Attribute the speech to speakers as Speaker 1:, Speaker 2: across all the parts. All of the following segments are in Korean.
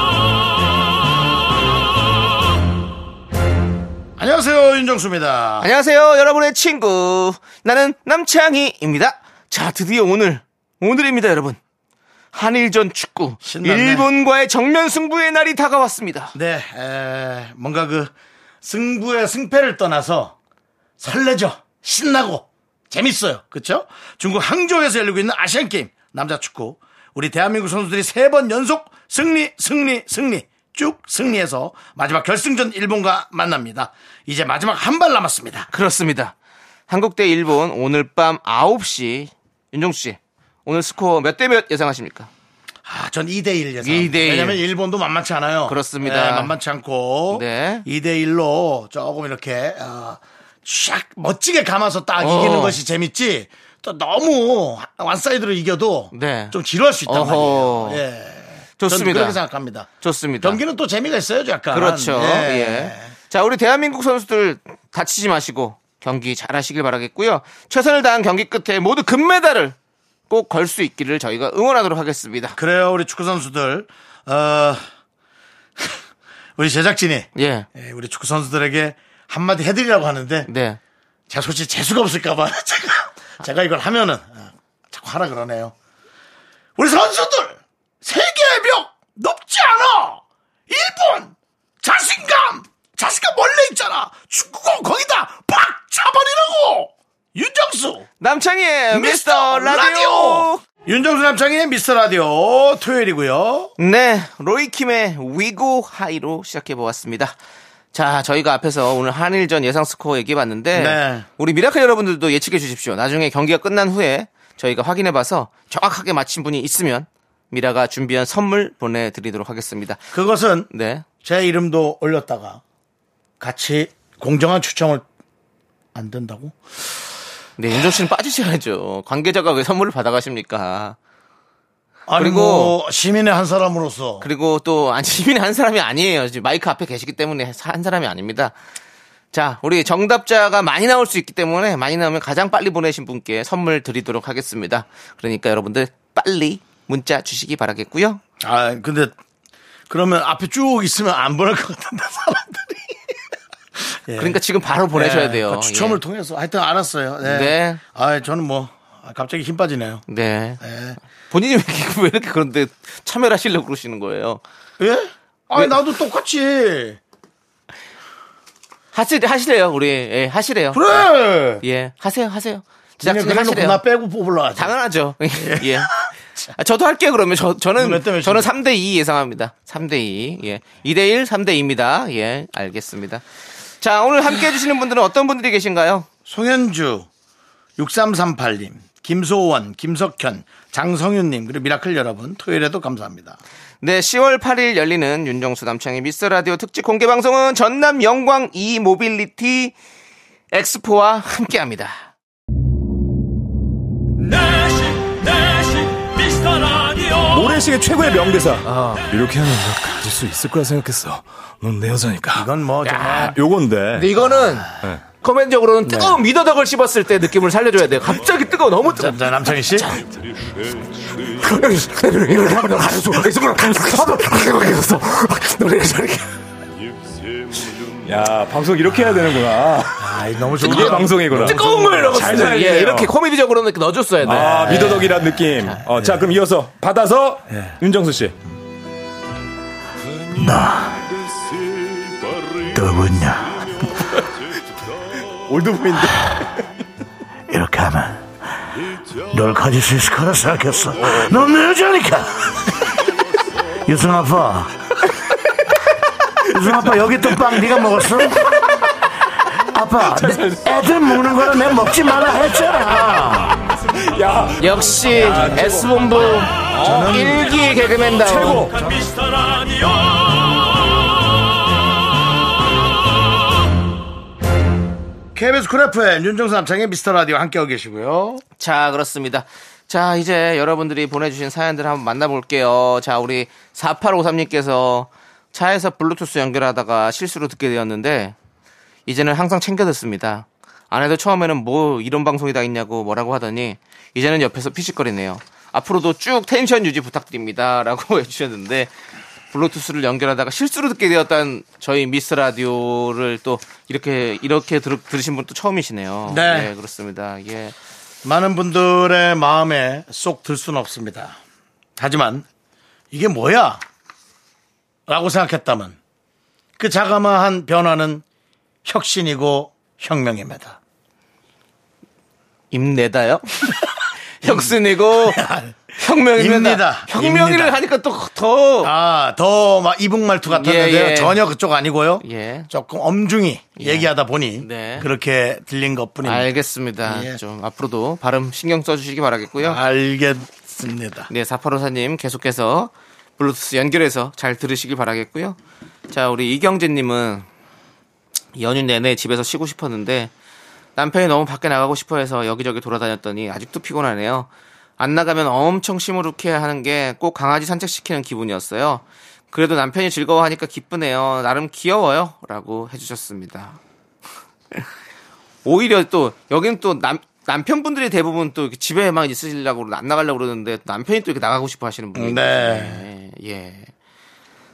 Speaker 1: 안녕하세요 윤정수입니다.
Speaker 2: 안녕하세요, 여러분의 친구. 나는 남창희입니다. 자, 드디어 오늘, 오늘입니다, 여러분. 한일전 축구.
Speaker 1: 신났네.
Speaker 2: 일본과의 정면 승부의 날이 다가왔습니다.
Speaker 1: 네, 에, 뭔가 그 승부의 승패를 떠나서 설레죠, 신나고 재밌어요, 그렇죠? 중국 항저우에서 열리고 있는 아시안 게임 남자 축구 우리 대한민국 선수들이 세 번 연속 승리, 승리, 승리 쭉 승리해서 마지막 결승전 일본과 만납니다. 이제 마지막 한 발 남았습니다.
Speaker 2: 그렇습니다. 한국 대 일본 오늘 밤 9시. 윤종수 씨, 오늘 스코어 몇 대 몇 예상하십니까?
Speaker 1: 아, 전 2대1 예상.
Speaker 2: 2대 1.
Speaker 1: 왜냐면 일본도 만만치 않아요.
Speaker 2: 그렇습니다.
Speaker 1: 네, 만만치 않고.
Speaker 2: 네.
Speaker 1: 2대1로 조금 이렇게, 어, 샥, 멋지게 감아서 딱
Speaker 2: 어.
Speaker 1: 이기는 것이 재밌지. 또 너무 완사이드로 이겨도.
Speaker 2: 네.
Speaker 1: 좀 지루할 수 있단
Speaker 2: 어허.
Speaker 1: 말이에요. 예. 저는
Speaker 2: 좋습니다.
Speaker 1: 그렇게 생각합니다.
Speaker 2: 좋습니다.
Speaker 1: 경기는 또 재미가 있어요, 약간.
Speaker 2: 그렇죠.
Speaker 1: 예.
Speaker 2: 예. 자, 우리 대한민국 선수들 다치지 마시고 경기 잘하시길 바라겠고요. 최선을 다한 경기 끝에 모두 금메달을 꼭 걸 수 있기를 저희가 응원하도록 하겠습니다.
Speaker 1: 그래요, 우리 축구 선수들. 어, 우리 제작진이.
Speaker 2: 예.
Speaker 1: 예, 우리 축구 선수들에게 한마디 해드리라고 하는데.
Speaker 2: 네.
Speaker 1: 제가 솔직히 재수가 없을까봐 제가 제가 이걸 하면은 아, 자꾸 하라 그러네요. 우리 선수들 세계의 벽 높지 않아. 일본 자신감 자신감 원래 있잖아. 축구공 거기다 팍 차버리라고. 윤정수
Speaker 2: 남창희의 네, 미스터 라디오!
Speaker 1: 윤정수 남창의 미스터 라디오 토요일이고요.
Speaker 2: 네, 로이킴의 위고 하이로 시작해 보았습니다. 자, 저희가 앞에서 오늘 한일전 예상 스코어 얘기해 봤는데
Speaker 1: 네.
Speaker 2: 우리 미라클 여러분들도 예측해 주십시오. 나중에 경기가 끝난 후에 저희가 확인해 봐서 정확하게 맞힌 분이 있으면 미라가 준비한 선물 보내 드리도록 하겠습니다.
Speaker 1: 그것은
Speaker 2: 네.
Speaker 1: 제 이름도 올렸다가 같이 공정한 추첨을 안 된다고?
Speaker 2: 네, 윤종 씨는 빠지셔야죠. 관계자가 왜 선물을 받아 가십니까?
Speaker 1: 아니
Speaker 2: 그리고-
Speaker 1: 뭐 시민의 한 사람으로서
Speaker 2: 그리고 또 아니, 시민이 한 사람이 아니에요. 지금 마이크 앞에 계시기 때문에 한 사람이 아닙니다. 자, 우리 정답자가 많이 나올 수 있기 때문에 많이 나오면 가장 빨리 보내신 분께 선물 드리도록 하겠습니다. 그러니까 여러분들 빨리 문자 주시기 바라겠고요.
Speaker 1: 아 근데 그러면 앞에 쭉 있으면 안 보낼 것 같은데 사람들이
Speaker 2: 그러니까 지금 바로 보내셔야
Speaker 1: 예,
Speaker 2: 돼요.
Speaker 1: 그 추첨을
Speaker 2: 예.
Speaker 1: 통해서 하여튼 알았어요 네.
Speaker 2: 네.
Speaker 1: 아 저는 뭐 아, 갑자기 힘 빠지네요
Speaker 2: 네.
Speaker 1: 예?
Speaker 2: 본인이 왜 이렇게, 왜 이렇게 그런데 참여를 하시려고 그러시는 거예요?
Speaker 1: 예? 아니 나도 똑같이
Speaker 2: 하시, 하시래요, 우리. 예, 하시래요.
Speaker 1: 그래
Speaker 2: 예, 하세요, 하세요.
Speaker 1: 그냥
Speaker 2: 제작진이
Speaker 1: 그래놓고
Speaker 2: 하시래요.
Speaker 1: 나 빼고 뽑으러 하자
Speaker 2: 당연하죠. 예. 아, 저도 할게요, 그러면. 저, 저는,
Speaker 1: 몇대 몇입니까?
Speaker 2: 저는 3대2 예상합니다. 3대2. 예. 2대1, 3대2입니다. 예, 알겠습니다. 자, 오늘 함께 해주시는 분들은 어떤 분들이 계신가요?
Speaker 1: 송현주 6338님 김소원 김석현 장성윤님 그리고 미라클 여러분 토요일에도 감사합니다
Speaker 2: 네, 10월 8일 열리는 윤정수 남창의 미스 라디오 특집 공개 방송은 전남 영광 이 모빌리티 엑스포와 함께 합니다.
Speaker 3: 내시 내시 미스터 라디오
Speaker 4: 모래시계 최고의 명대사.
Speaker 1: 아.
Speaker 4: 이렇게 하면 너 가질 수 있을 거라 생각했어. 넌 내 여자니까.
Speaker 1: 이건 뭐 정말
Speaker 4: 요건데.
Speaker 2: 이거는 커맨적으로는 뜨거운 미더덕을 씹었을 때 느낌을 살려줘야 돼요. 갑자기 뜨거워, 너무 뜨거워.
Speaker 1: 자, 자, 남창희 씨
Speaker 4: 야, 방송 이렇게 해야 되는구나.
Speaker 1: 아이, 너무 좋은
Speaker 4: 이게 방송이구나.
Speaker 2: 뜨거운 걸
Speaker 4: 잘
Speaker 2: 넣었어요.
Speaker 4: 살리네요.
Speaker 2: 예, 이렇게 코미디적으로는 이렇게 넣어줬어야 돼.
Speaker 4: 아, 미더덕이란 느낌.
Speaker 1: 네.
Speaker 4: 어, 자, 그럼 이어서 받아서 윤정수 씨.
Speaker 1: 누구냐
Speaker 4: 올드보인데.
Speaker 1: 이렇게 하면 널 가질 수 있을 거라 생각했어 넌 내 여자니까 유승 아빠 유승 아빠 여기 또 빵 네가 먹었어? 아빠 내 애들 먹는 거라 내가 먹지 말라 했잖아
Speaker 4: 야,
Speaker 2: 역시 S본부 아, 일기 개그맨다운
Speaker 4: 최고.
Speaker 3: 미스터 라디오
Speaker 1: KBS 쿨 FM 윤정수 남창의 미스터 라디오 함께하고 계시고요.
Speaker 2: 자, 그렇습니다. 자, 이제 여러분들이 보내주신 사연들 한번 만나볼게요. 자, 우리 4853님께서 차에서 블루투스 연결하다가 실수로 듣게 되었는데, 이제는 항상 챙겨 듣습니다. 아내도 처음에는 뭐 이런 방송이 다 있냐고 뭐라고 하더니, 이제는 옆에서 피식거리네요. 앞으로도 쭉 텐션 유지 부탁드립니다. 라고 해주셨는데, 블루투스를 연결하다가 실수로 듣게 되었다는 저희 미스 라디오를 또 이렇게, 이렇게 들, 들으신 분 또 처음이시네요.
Speaker 1: 네.
Speaker 2: 그렇습니다. 예.
Speaker 1: 많은 분들의 마음에 쏙 들 수는 없습니다. 하지만 이게 뭐야? 라고 생각했다면 그 자그마한 변화는 혁신이고 혁명입니다.
Speaker 2: 임내다요? 혁신이고
Speaker 1: 음.
Speaker 2: 혁명입니다.
Speaker 1: 입니다.
Speaker 2: 혁명이를
Speaker 1: 입니다.
Speaker 2: 하니까 또 더
Speaker 1: 아, 더 막 이북 말투 같았는데요.
Speaker 2: 예, 예.
Speaker 1: 전혀 그쪽 아니고요.
Speaker 2: 예.
Speaker 1: 조금 엄중히
Speaker 2: 예.
Speaker 1: 얘기하다 보니
Speaker 2: 네.
Speaker 1: 그렇게 들린 것뿐입니다.
Speaker 2: 알겠습니다.
Speaker 1: 예. 아.
Speaker 2: 좀 앞으로도 발음 신경 써주시기 바라겠고요.
Speaker 1: 알겠습니다.
Speaker 2: 네, 사파로사님 계속해서 블루투스 연결해서 잘 들으시길 바라겠고요. 자, 우리 이경재님은 연휴 내내 집에서 쉬고 싶었는데 남편이 너무 밖에 나가고 싶어 해서 여기저기 돌아다녔더니 아직도 피곤하네요. 안 나가면 엄청 시무룩해 하는 게 꼭 강아지 산책시키는 기분이었어요. 그래도 남편이 즐거워하니까 기쁘네요. 나름 귀여워요. 라고 해주셨습니다. 오히려 또 여기는 또 남, 남편분들이 대부분 또 이렇게 집에 만 있으시려고 안 나가려고 그러는데 또 남편이 또 이렇게 나가고 싶어 하시는 분이
Speaker 1: 네.
Speaker 2: 있거든요. 예.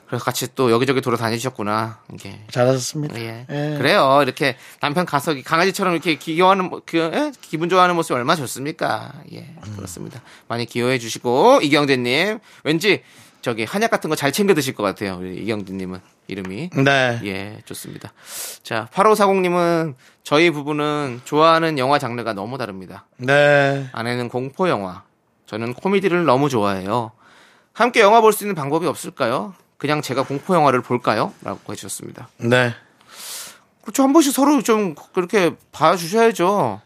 Speaker 2: 그래서 같이 또 여기저기 돌아다니셨구나. 이게
Speaker 1: 잘하셨습니다.
Speaker 2: 예.
Speaker 1: 예.
Speaker 2: 그래요. 이렇게 남편 가서 강아지처럼 이렇게 기여하는 모- 그 예? 기분 좋아하는 모습이 얼마나 좋습니까? 예. 그렇습니다. 많이 기여해 주시고 이경재 님. 왠지 저기 한약 같은 거 잘 챙겨 드실 것 같아요. 우리 이경재 님은 이름이.
Speaker 1: 네.
Speaker 2: 예, 좋습니다. 자, 8540님은 저희 부부는 좋아하는 영화 장르가 너무 다릅니다.
Speaker 1: 네.
Speaker 2: 아내는 공포 영화, 저는 코미디를 너무 좋아해요. 함께 영화 볼 수 있는 방법이 없을까요? 그냥 제가 공포 영화를 볼까요? 라고 해주셨습니다.
Speaker 1: 네.
Speaker 2: 그렇죠. 한 번씩 서로 좀 그렇게 봐주셔야죠.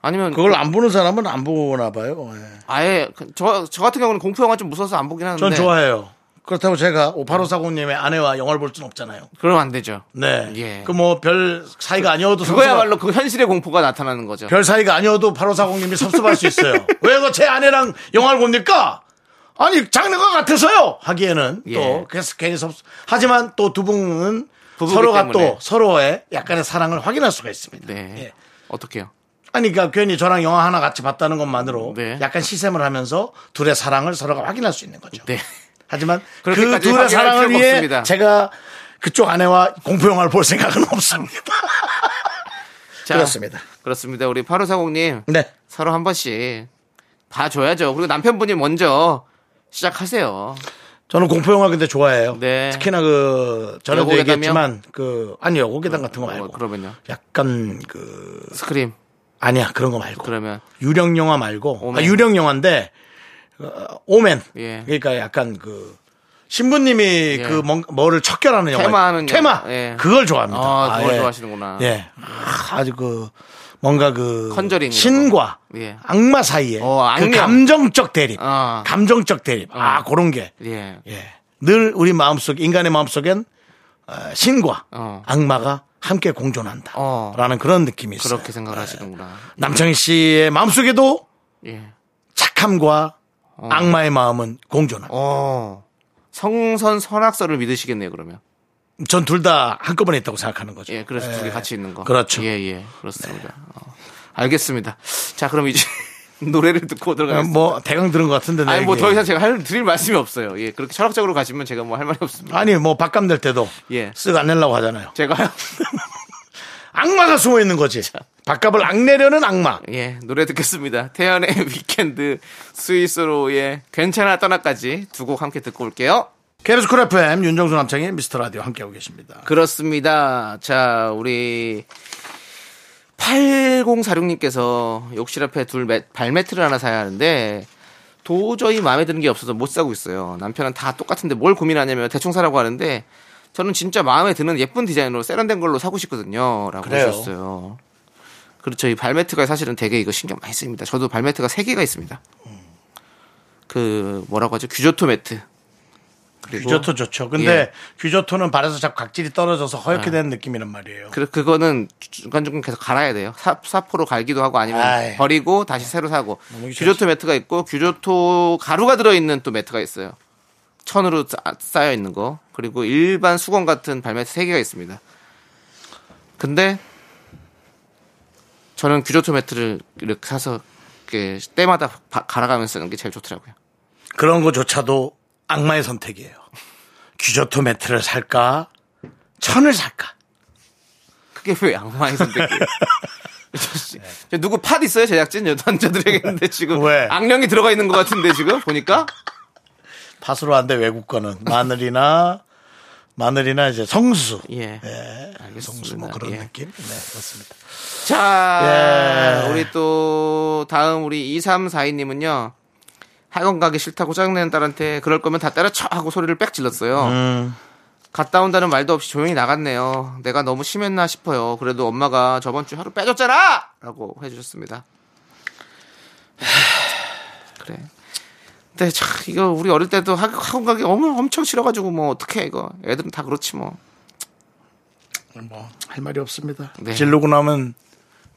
Speaker 2: 아니면
Speaker 1: 그걸 안 보는 사람은 안 보나 봐요. 예.
Speaker 2: 아예 그- 저, 저 같은 경우는 공포 영화 좀 무서워서 안 보긴 하는데
Speaker 1: 전 좋아해요. 네. 그렇다고 제가 오파로사공님의 아내와 영화를 볼 수는 없잖아요.
Speaker 2: 그러면 안 되죠.
Speaker 1: 네.
Speaker 2: 예.
Speaker 1: 그 뭐 별 사이가 아니어도
Speaker 2: 그거야말로 그 현실의 공포가 나타나는 거죠.
Speaker 1: 별 사이가 아니어도 8540님이 섭섭할 수 있어요. 왜 이거 제 아내랑 영화를 봅니까? 아니, 장르가 같아서요! 하기에는
Speaker 2: 예.
Speaker 1: 또, 그래서 괜히 섭섭. 하지만 또 두 분은
Speaker 2: 부부기
Speaker 1: 서로가
Speaker 2: 때문에.
Speaker 1: 또 서로의 약간의 사랑을 확인할 수가 있습니다.
Speaker 2: 네.
Speaker 1: 예.
Speaker 2: 어떻게요?
Speaker 1: 아니, 그러니까 괜히 저랑 영화 하나 같이 봤다는 것만으로
Speaker 2: 네.
Speaker 1: 약간 시샘을 하면서 둘의 사랑을 서로가 확인할 수 있는 거죠.
Speaker 2: 네.
Speaker 1: 하지만 그
Speaker 2: 그렇게까지
Speaker 1: 둘의
Speaker 2: 확인할
Speaker 1: 사랑을
Speaker 2: 필요가
Speaker 1: 위해
Speaker 2: 없습니다.
Speaker 1: 제가 그쪽 아내와 공포영화를 볼 생각은 없습니다.
Speaker 2: 자,
Speaker 1: 그렇습니다.
Speaker 2: 그렇습니다. 우리 8540님
Speaker 1: 네.
Speaker 2: 서로 한 번씩 봐줘야죠. 그리고 남편분이 먼저 시작하세요.
Speaker 1: 저는 공포영화 근데 좋아해요.
Speaker 2: 네.
Speaker 1: 특히나 그, 전에도
Speaker 2: 여고괴담이요?
Speaker 1: 얘기했지만, 그, 아니, 여고괴담 같은 거
Speaker 2: 어,
Speaker 1: 말고.
Speaker 2: 그러면요.
Speaker 1: 약간 그,
Speaker 2: 스크림.
Speaker 1: 아니야, 그런 거 말고.
Speaker 2: 그러면
Speaker 1: 유령 영화 말고.
Speaker 2: 오멘.
Speaker 1: 아, 유령 영화인데, 어, 오멘.
Speaker 2: 예.
Speaker 1: 그러니까 약간 그, 신부님이 그, 뭔, 뭐를 척결하는 영화.
Speaker 2: 퇴마하는
Speaker 1: 퇴마.
Speaker 2: 영화. 예.
Speaker 1: 그걸 좋아합니다.
Speaker 2: 아, 그걸
Speaker 1: 예.
Speaker 2: 좋아하시는구나.
Speaker 1: 예. 아, 아주 그, 뭔가 그,
Speaker 2: 컨저링 이런
Speaker 1: 신과
Speaker 2: 거. 예.
Speaker 1: 악마 사이에.
Speaker 2: 어,
Speaker 1: 그
Speaker 2: 악령.
Speaker 1: 감정적 대립.
Speaker 2: 아.
Speaker 1: 감정적 대립. 아, 그런 게.
Speaker 2: 예.
Speaker 1: 예. 늘 우리 마음속 인간의 마음속엔 어, 신과
Speaker 2: 어.
Speaker 1: 악마가 함께 공존한다.
Speaker 2: 어.
Speaker 1: 라는 그런 느낌이 있어요.
Speaker 2: 그렇게 생각을 하시는구나.
Speaker 1: 남창희 씨의 마음속에도
Speaker 2: 예.
Speaker 1: 착함과 악마의 마음은 공존한다.
Speaker 2: 어. 성선 선악설을 믿으시겠네요, 그러면.
Speaker 1: 전 둘 다 한꺼번에 있다고 생각하는 거죠.
Speaker 2: 예, 그래서 두 개 같이 있는 거.
Speaker 1: 그렇죠.
Speaker 2: 예, 예. 그렇습니다. 어. 알겠습니다. 자, 그럼 이제 노래를 듣고
Speaker 1: 어,
Speaker 2: 들어가겠습니다.
Speaker 1: 뭐 대강 들은 것 같은데 내
Speaker 2: 아니, 뭐 더
Speaker 1: 얘기에.
Speaker 2: 이상 제가 할, 드릴 말씀이 없어요. 예, 그렇게 철학적으로 가시면 제가 뭐 할 말이 없습니다.
Speaker 1: 아니 뭐 밥값 낼 때도
Speaker 2: 예.
Speaker 1: 쓱안 내려고 하잖아요.
Speaker 2: 제가요?
Speaker 1: 악마가 숨어 있는 거지. 밥값을 악내려는 악마.
Speaker 2: 예, 노래 듣겠습니다. 태연의 위켄드, 스위스로의 괜찮아 떠나까지 두 곡 함께 듣고 올게요.
Speaker 1: KBS 쿨 FM 윤정수 남창희 미스터 라디오 함께하고 계십니다.
Speaker 2: 그 그렇습니다. 자, 우리 8046님께서 욕실 앞에 둘 매- 발매트를 하나 사야 하는데 도저히 마음에 드는 게 없어서 못 사고 있어요. 남편은 다 똑같은데 뭘 고민하냐며 대충 사라고 하는데 저는 진짜 마음에 드는 예쁜 디자인으로 세련된 걸로 사고 싶거든요. 라고
Speaker 1: 그래요.
Speaker 2: 하셨어요. 그렇죠. 이 발매트가 사실은 되게 이거 신경 많이 씁니다. 저도 발매트가 3개가 있습니다. 그 뭐라고 하죠? 규조토 매트. 그리고
Speaker 1: 규저토 좋죠. 근데
Speaker 2: 예. 아.
Speaker 1: 규저토는 발에서 자꾸 각질이 떨어져서 허옇게 되는 느낌이란 말이에요.
Speaker 2: 그, 그거는 중간중간 계속 갈아야 돼요. 사, 사포로 갈기도 하고 아니면
Speaker 1: 아이. 예. 네.
Speaker 2: 버리고 다시 새로 사고.
Speaker 1: 너무 귀찮지.
Speaker 2: 규조토 매트가 있고 규조토 가루가 들어있는 또 매트가 있어요. 천으로 쌓- 쌓여 있는 거. 그리고 일반 수건 같은 발매트 세개가 있습니다. 근데 저는 규조토 매트를 이렇게 사서 이렇게 때마다 바- 갈아가면서 쓰는 게 제일 좋더라고요.
Speaker 1: 그런 거조차도 악마의 선택이에요. 규저토 매트를 살까? 천을 살까?
Speaker 2: 그게 왜 악마의 선택이에요? 저 씨, 저 누구 팟 있어요 제작진 여단자들에게는데 지금
Speaker 1: 왜?
Speaker 2: 악령이 들어가 있는 것 같은데 지금 보니까
Speaker 1: 팥으로 한데 외국 거는 마늘이나 마늘이나 이제 성수.
Speaker 2: 예.
Speaker 1: 성수 뭐
Speaker 2: 알겠습니다.
Speaker 1: 그런
Speaker 2: 예.
Speaker 1: 느낌? 네, 그렇습니다.
Speaker 2: 자,
Speaker 1: 예.
Speaker 2: 우리 또 다음 우리 2342님은요. 학원 가기 싫다고 짜증내는 딸한테 그럴 거면 다 때려쳐 하고 소리를 빽 질렀어요. 갔다 온다는 말도 없이 조용히 나갔네요. 내가 너무 심했나 싶어요. 그래도 엄마가 저번 주 하루 빼줬잖아! 라고 해주셨습니다. 그래. 근데 참, 이거 우리 어릴 때도 학- 학원 가기 엄- 엄청 싫어가지고 뭐 어떡해, 이거. 애들은 다 그렇지 뭐.
Speaker 1: 뭐 할 말이 없습니다.
Speaker 2: 네.
Speaker 1: 질르고 나면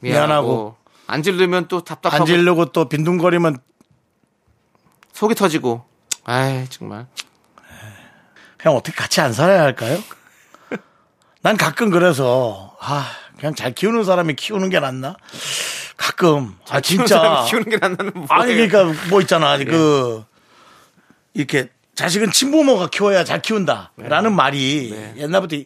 Speaker 1: 미안하고.
Speaker 2: 미안하고. 안 질르면 또 답답하고.
Speaker 1: 안 질르고 또 빈둥거리면
Speaker 2: 속이 터지고. 아이, 정말.
Speaker 1: 그냥 어떻게 같이 안 살아야 할까요? 난 가끔 그래서 아 그냥 잘 키우는 사람이 키우는 게 낫나? 가끔 아 진짜
Speaker 2: 사람 키우는 게 예. 낫다는 뭐.
Speaker 1: 아니 그러니까 뭐 있잖아 그 이렇게 자식은 친부모가 키워야 잘
Speaker 2: 네.
Speaker 1: 키운다라는 말이 옛날부터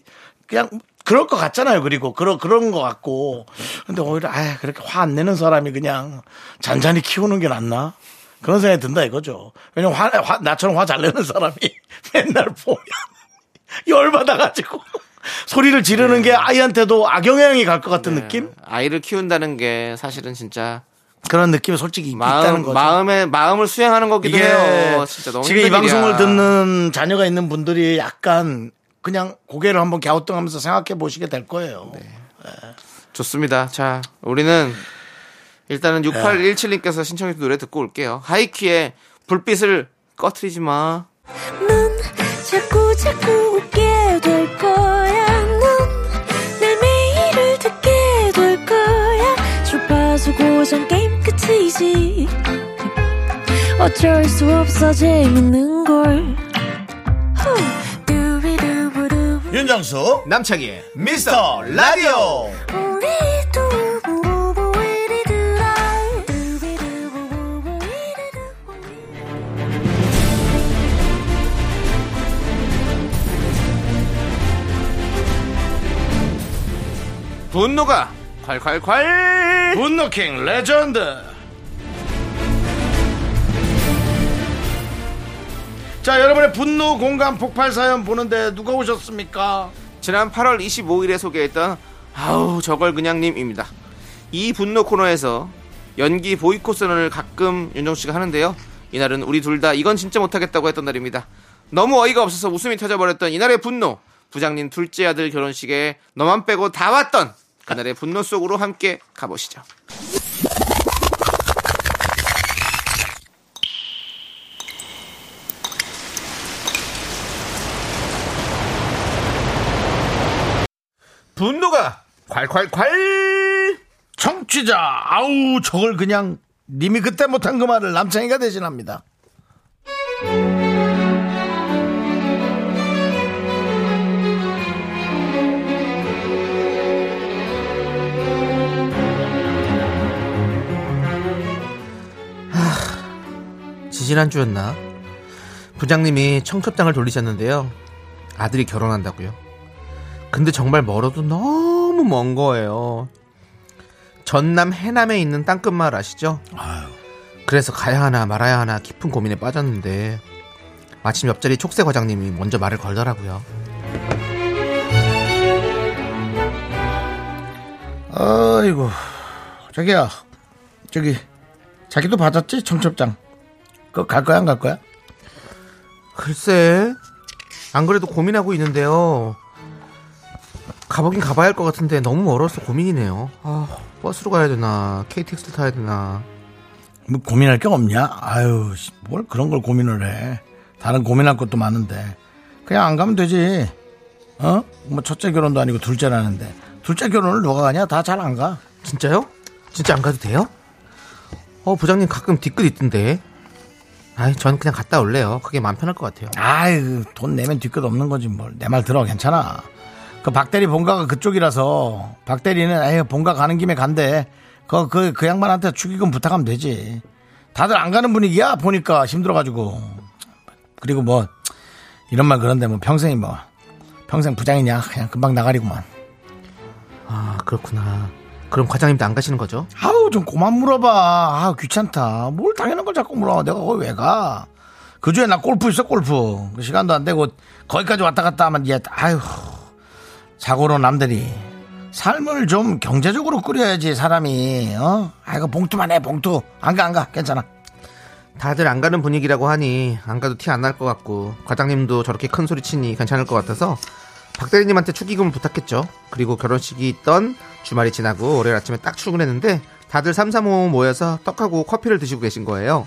Speaker 1: 그냥 그럴 것 같잖아요. 그리고 그런 그런 것 같고 근데 오히려 아 그렇게 화 안 내는 사람이 그냥 잔잔히 키우는 게 낫나 그런 생각이 든다 이거죠. 왜냐면 화, 화- 나처럼 화 잘 내는 사람이 맨날 보면 열받아가지고 소리를 지르는
Speaker 2: 네.
Speaker 1: 게 아이한테도 악영향이 갈 것 같은 느낌
Speaker 2: 아이를 키운다는 게 사실은 진짜
Speaker 1: 그런 느낌이 솔직히 있다는
Speaker 2: 마음
Speaker 1: 거죠.
Speaker 2: 마음에 마음을 수행하는 거기도 해요. 진짜 너무
Speaker 1: 지금 이
Speaker 2: 힘든 일이야.
Speaker 1: 방송을 듣는 자녀가 있는 분들이 약간 그냥 고개를 한번 갸우뚱하면서 생각해 보시게 될 거예요.
Speaker 2: 네. 좋습니다. 자, 우리는 일단은
Speaker 1: 네.
Speaker 2: 6817님께서 신청해 주신 노래 듣고 올게요. 하이키의 불빛을 꺼트리지 마.
Speaker 5: 넌 자꾸 자꾸 웃게 될 거야. 넌내 매일을 듣게 될 거야. 주파수 고정 게임 끝이지. 어쩔 수 없어 재밌는 걸. 후. 두비두부두.
Speaker 1: 윤정수
Speaker 2: 남창희의
Speaker 1: 미스터 라디오
Speaker 5: 우리 두부부부 우리들아. 두비두부부부 우리들아.
Speaker 2: 분노가 콸콸콸!
Speaker 1: 분노킹 레전드 자 여러분의 분노 공감 폭발 사연 보는데 누가 오셨습니까?
Speaker 2: 지난 8월 25일에 소개했던 아우 저걸 그냥님입니다. 이 분노 코너에서 연기 보이콧 선언을 가끔 윤정 씨가 하는데요. 이날은 우리 둘 다 이건 진짜 못하겠다고 했던 날입니다. 너무 어이가 없어서 웃음이 터져버렸던 이날의 분노. 부장님 둘째 아들 결혼식에 너만 빼고 다 왔던 그날의 분노 속으로 함께 가보시죠. 분노가 콸콸콸!
Speaker 1: 청취자 아우 저걸 그냥 님이 그때 못한 그 말을 남창이가 대신합니다.
Speaker 2: 지지난주였나 부장님이 청첩장을 돌리셨는데요 아들이 결혼한다고요 근데 정말 멀어도 너무 먼 거예요 전남 해남에 있는 땅끝 마을 아시죠 그래서 가야 하나 말아야 하나 깊은 고민에 빠졌는데 마침 옆자리 촉새 과장님이 먼저 말을 걸더라고요
Speaker 1: 아이고 자기야 저기 자기도 받았지 청첩장 그거 갈 거야 안 갈 거야
Speaker 2: 글쎄 안 그래도 고민하고 있는데요 가보긴 가봐야 할 것 같은데 너무 멀어서 고민이네요 아 버스로 가야 되나 KTX를 타야 되나
Speaker 1: 뭐 고민할 게 없냐 아유 씨, 뭘 그런 걸 고민을 해 다른 고민할 것도 많은데 그냥 안 가면 되지. 어? 뭐 첫째 결혼도 아니고 둘째라는데 둘째 결혼을 누가 가냐? 다 잘 안 가.
Speaker 2: 진짜요? 진짜 안 가도 돼요? 어 부장님 가끔 뒤끝 있던데. 아이 전 그냥 갔다 올래요. 그게 마음 편할 것 같아요.
Speaker 1: 아유 돈 내면 뒤끝 없는 거지 뭘 내 말 들어 괜찮아 그 박대리 본가가 그쪽이라서 박대리는 아유 본가 가는 김에 간대 그, 그, 그 양반한테 축의금 부탁하면 되지 다들 안 가는 분위기야 보니까 힘들어가지고 그리고 뭐 이런 말 그런데 뭐 평생이 뭐 평생 부장이냐 그냥 금방 나가리구만
Speaker 2: 아 그렇구나. 그럼 과장님도 안 가시는 거죠?
Speaker 1: 아우 좀 그만 물어봐 아 귀찮다 뭘 당연한 걸 자꾸 물어봐 내가 거기 왜가 그주에 나 골프 있어 골프 그 시간도 안 되고 거기까지 왔다 갔다 하면 얘 아휴 자고로 남들이 삶을 좀 경제적으로 꾸려야지 사람이 어 아이고 봉투만 해 봉투 안 가 안 가 괜찮아
Speaker 2: 다들 안 가는 분위기라고 하니 안 가도 티 안 날 것 같고 과장님도 저렇게 큰 소리 치니 괜찮을 것 같아서 박 대리님한테 축의금을 부탁했죠. 그리고 결혼식이 있던 주말이 지나고 월요일 아침에 딱 출근했는데 다들 삼삼오오 모여서 떡하고 커피를 드시고 계신 거예요.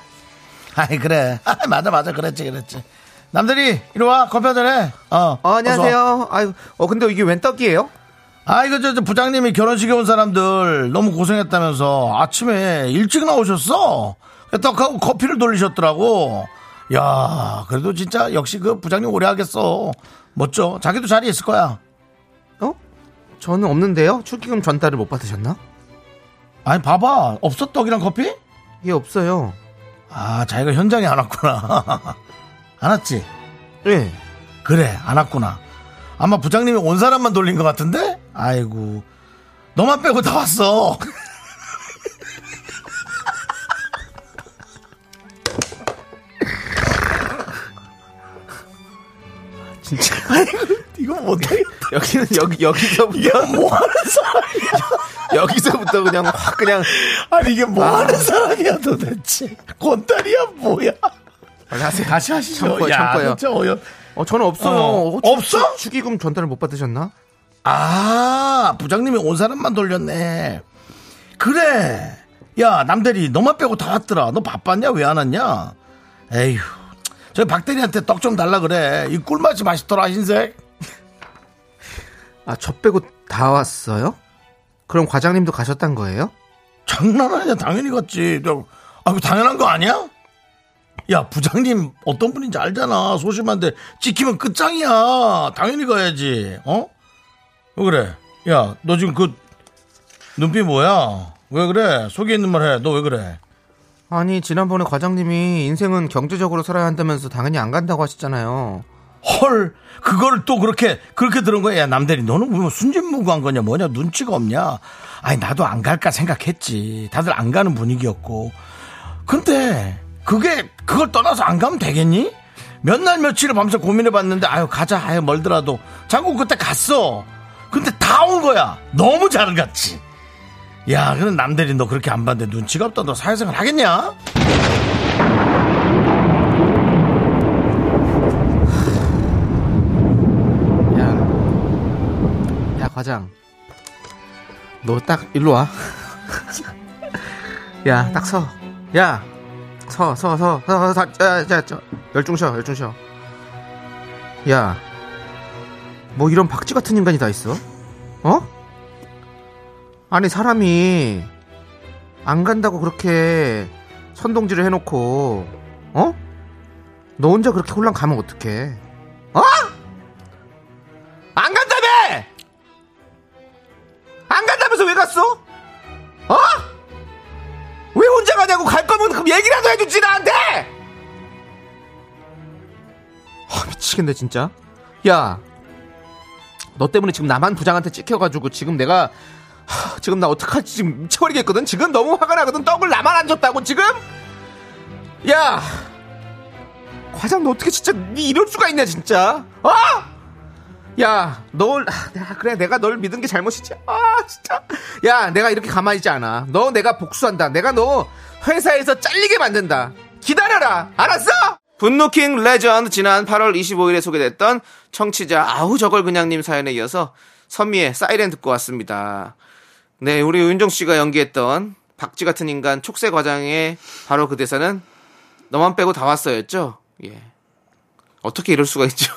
Speaker 1: 아이 그래 아, 맞아 맞아 그랬지 그랬지 남들이 이리 와 커피 한잔 해어
Speaker 2: 어, 안녕하세요. 아유, 어 근데 이게 웬 떡이에요?
Speaker 1: 아, 이거 저, 저 부장님이 결혼식에 온 사람들 너무 고생했다면서 아침에 일찍 나오셨어? 떡하고 커피를 돌리셨더라고. 야, 그래도 진짜 역시 그 부장님 오래 하겠어. 멋져. 자기도 자리 있을 거야.
Speaker 2: 어? 저는 없는데요. 축의금 전달을 못 받으셨나?
Speaker 1: 아니, 봐봐. 없어, 떡이랑 커피?
Speaker 2: 예, 없어요.
Speaker 1: 아, 자기가 현장에 안 왔구나. 안 왔지?
Speaker 2: 예.
Speaker 1: 그래, 안 왔구나. 아마 부장님이 온 사람만 돌린 것 같은데? 아이고. 너만 빼고 다 왔어.
Speaker 2: 진짜
Speaker 1: 이거 못하겠다.
Speaker 2: 여기는 여기 여기서부터
Speaker 1: 뭐 하는 사람이야.
Speaker 2: 여기서부터 그냥 확 그냥
Speaker 1: 아니 이게 뭐 하는 사람이야 도대체 권달이야 뭐야
Speaker 2: 빨리 하세요.
Speaker 1: 다시 하시죠
Speaker 2: 참고요, 참고요.
Speaker 1: 진짜 어여
Speaker 2: 어, 저는 없어요.
Speaker 1: 어,
Speaker 2: 어,
Speaker 1: 없어?
Speaker 2: 축- 축의금 전달을 못 받으셨나?
Speaker 1: 아 부장님이 온 사람만 돌렸네 그래 야 남대리 너만 빼고 다 왔더라 너 바빴냐 왜 안 왔냐 에휴 저희 박대리한테 떡 좀 달라 그래 이 꿀맛이 맛있더라 흰색
Speaker 2: 아, 저 빼고 다 왔어요? 그럼 과장님도 가셨단 거예요?
Speaker 1: 장난 아니야 당연히 갔지 야, 아 이거 당연한 거 아니야? 야 부장님 어떤 분인지 알잖아 소심한데 찍히면 끝장이야 당연히 가야지 어? 왜 그래 야 너 지금 그 눈빛 뭐야 왜 그래 속에 있는 말 해 너 왜 그래
Speaker 2: 아니, 지난번에 과장님이 인생은 경제적으로 살아야 한다면서 당연히 안 간다고 하셨잖아요.
Speaker 1: 헐 그걸 또 그렇게 그렇게 들은 거야 야 남대리 너는 뭐 순진무구한 거냐 뭐냐 눈치가 없냐 아니 나도 안 갈까 생각했지 다들 안 가는 분위기였고 근데 그게 그걸 떠나서 안 가면 되겠니? 몇 날 며칠을 밤새 고민해봤는데 아유 가자 아유 멀더라도 자꾸 그때 갔어 근데 다 온 거야 너무 잘 갔지 야 그럼 남대리 너 그렇게 안 봤는데 눈치가 없다 너 사회생활 하겠냐?
Speaker 2: 야, 야, 과장. 너 딱 일로 와. 야, 딱 서. 야, 서, 서, 서, 서, 서, 서, 자, 자, 자, 열중 쉬어, 열중 쉬어. 야, 뭐 이런 박쥐 같은 인간이 다 있어? 어? 아니 사람이 안 간다고 그렇게 선동질을 해놓고, 어? 너 혼자 그렇게 혼란 가면 어떡해? 어? 안 간다며! 안 간다면서 왜 갔어? 어? 왜 혼자 가냐고 갈 거면 그럼 얘기라도 해주지 나한테! 아, 미치겠네 진짜. 야, 너 때문에 지금 나만 부장한테 찍혀가지고 지금 내가 하, 지금 나 어떡하지 지금 미쳐버리겠거든. 지금 너무 화가 나거든. 떡을 나만 안 줬다고 지금. 야, 과장 너 어떻게 진짜 니 이럴 수가 있냐 진짜? 어? 야, 널, 아, 그래, 내가 널 믿은 게 잘못이지. 아, 진짜. 야, 내가 이렇게 가만히 있지 않아. 너 내가 복수한다. 내가 너 회사에서 잘리게 만든다. 기다려라. 알았어? 분노킹 레전드 지난 8월 25일에 소개됐던 청취자 아우 저걸 그냥님 사연에 이어서 선미의 사이렌 듣고 왔습니다. 네, 우리 윤정 씨가 연기했던 박쥐 같은 인간 촉새 과장의 바로 그 대사는 너만 빼고 다 왔어였죠. 예. 어떻게 이럴 수가 있죠?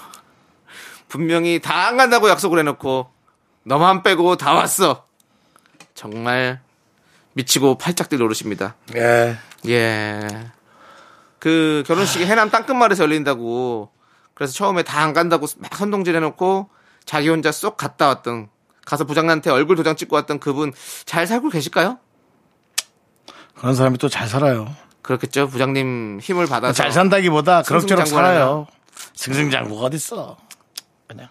Speaker 2: 분명히 다 안 간다고 약속을 해놓고 너만 빼고 다 왔어. 정말 미치고 팔짝 뛸 노릇입니다.
Speaker 1: 예.
Speaker 2: 예. 그 결혼식이 해남 땅끝마을에서 열린다고 그래서 처음에 다 안 간다고 막 선동질 해놓고 자기 혼자 쏙 갔다 왔던 가서 부장한테 얼굴 도장 찍고 왔던 그분 잘 살고 계실까요?
Speaker 1: 그런 사람이 또 잘 살아요.
Speaker 2: 그렇겠죠. 부장님 힘을 받아서
Speaker 1: 잘 산다기보다 그럭저럭
Speaker 2: 승승장구하나.
Speaker 1: 살아요. 승승장구가 어딨어. 그냥.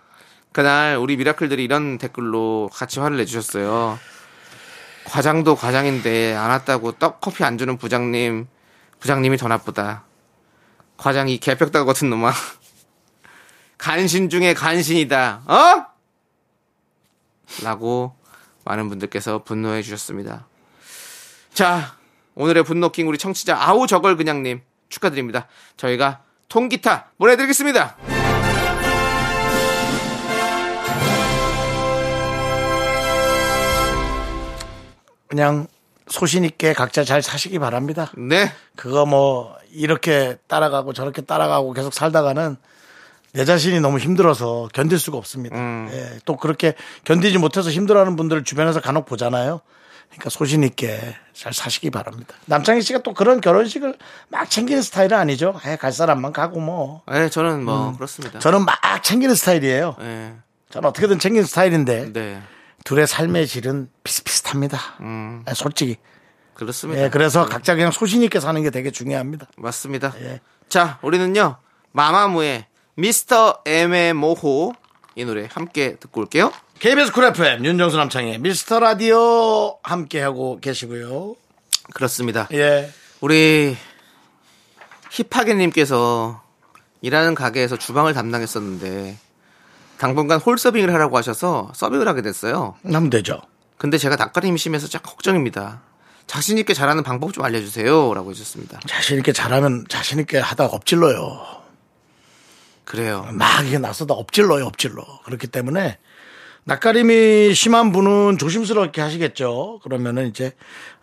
Speaker 2: 그날 우리 미라클들이 이런 댓글로 같이 화를 내주셨어요. 과장도 과장인데 안 왔다고 떡 커피 안 주는 부장님, 부장님이 더 나쁘다. 과장이 개벽다 같은 놈아. 간신 중에 간신이다. 어? 라고 많은 분들께서 분노해 주셨습니다. 자, 오늘의 분노킹 우리 청취자 아우 저걸 그냥님 축하드립니다. 저희가 통기타 보내드리겠습니다.
Speaker 1: 그냥 소신 있게 각자 잘 사시기 바랍니다.
Speaker 2: 네.
Speaker 1: 그거 뭐 이렇게 따라가고 저렇게 따라가고 계속 살다가는 내 자신이 너무 힘들어서 견딜 수가 없습니다.
Speaker 2: 음.
Speaker 1: 예, 또 그렇게 견디지 못해서 힘들어하는 분들을 주변에서 간혹 보잖아요. 그러니까 소신 있게 잘 사시기 바랍니다. 남창희 씨가 또 그런 결혼식을 막 챙기는 스타일은 아니죠. 아예 갈 사람만 가고 뭐.
Speaker 2: 예, 저는 뭐 그렇습니다.
Speaker 1: 저는 막 챙기는 스타일이에요.
Speaker 2: 예.
Speaker 1: 저는 어떻게든 챙기는 스타일인데
Speaker 2: 네.
Speaker 1: 둘의 삶의 질은 비슷비슷합니다. 예, 솔직히.
Speaker 2: 그렇습니다.
Speaker 1: 예, 그래서 각자 그냥 소신 있게 사는 게 되게 중요합니다.
Speaker 2: 맞습니다.
Speaker 1: 예.
Speaker 2: 자, 우리는요. 마마무의 미스터 M의 모호 이 노래 함께 듣고 올게요.
Speaker 1: KBS 쿨 FM 윤정수 남창의 미스터 라디오 함께하고 계시고요.
Speaker 2: 그렇습니다.
Speaker 1: 예.
Speaker 2: 우리 힙하게 님께서 일하는 가게에서 주방을 담당했었는데 당분간 홀 서빙을 하라고 하셔서 서빙을 하게 됐어요.
Speaker 1: 하면 되죠.
Speaker 2: 근데 제가 낯가림이 심해서 짝 걱정입니다. 자신 있게 잘하는 방법 좀 알려주세요라고 해주셨습니다.
Speaker 1: 자신 있게 잘하면 자신 있게 하다 엎질러요.
Speaker 2: 그래요.
Speaker 1: 막 이게 나서다 엎질러요, 엎질러. 그렇기 때문에 낯가림이 심한 분은 조심스럽게 하시겠죠. 그러면은 이제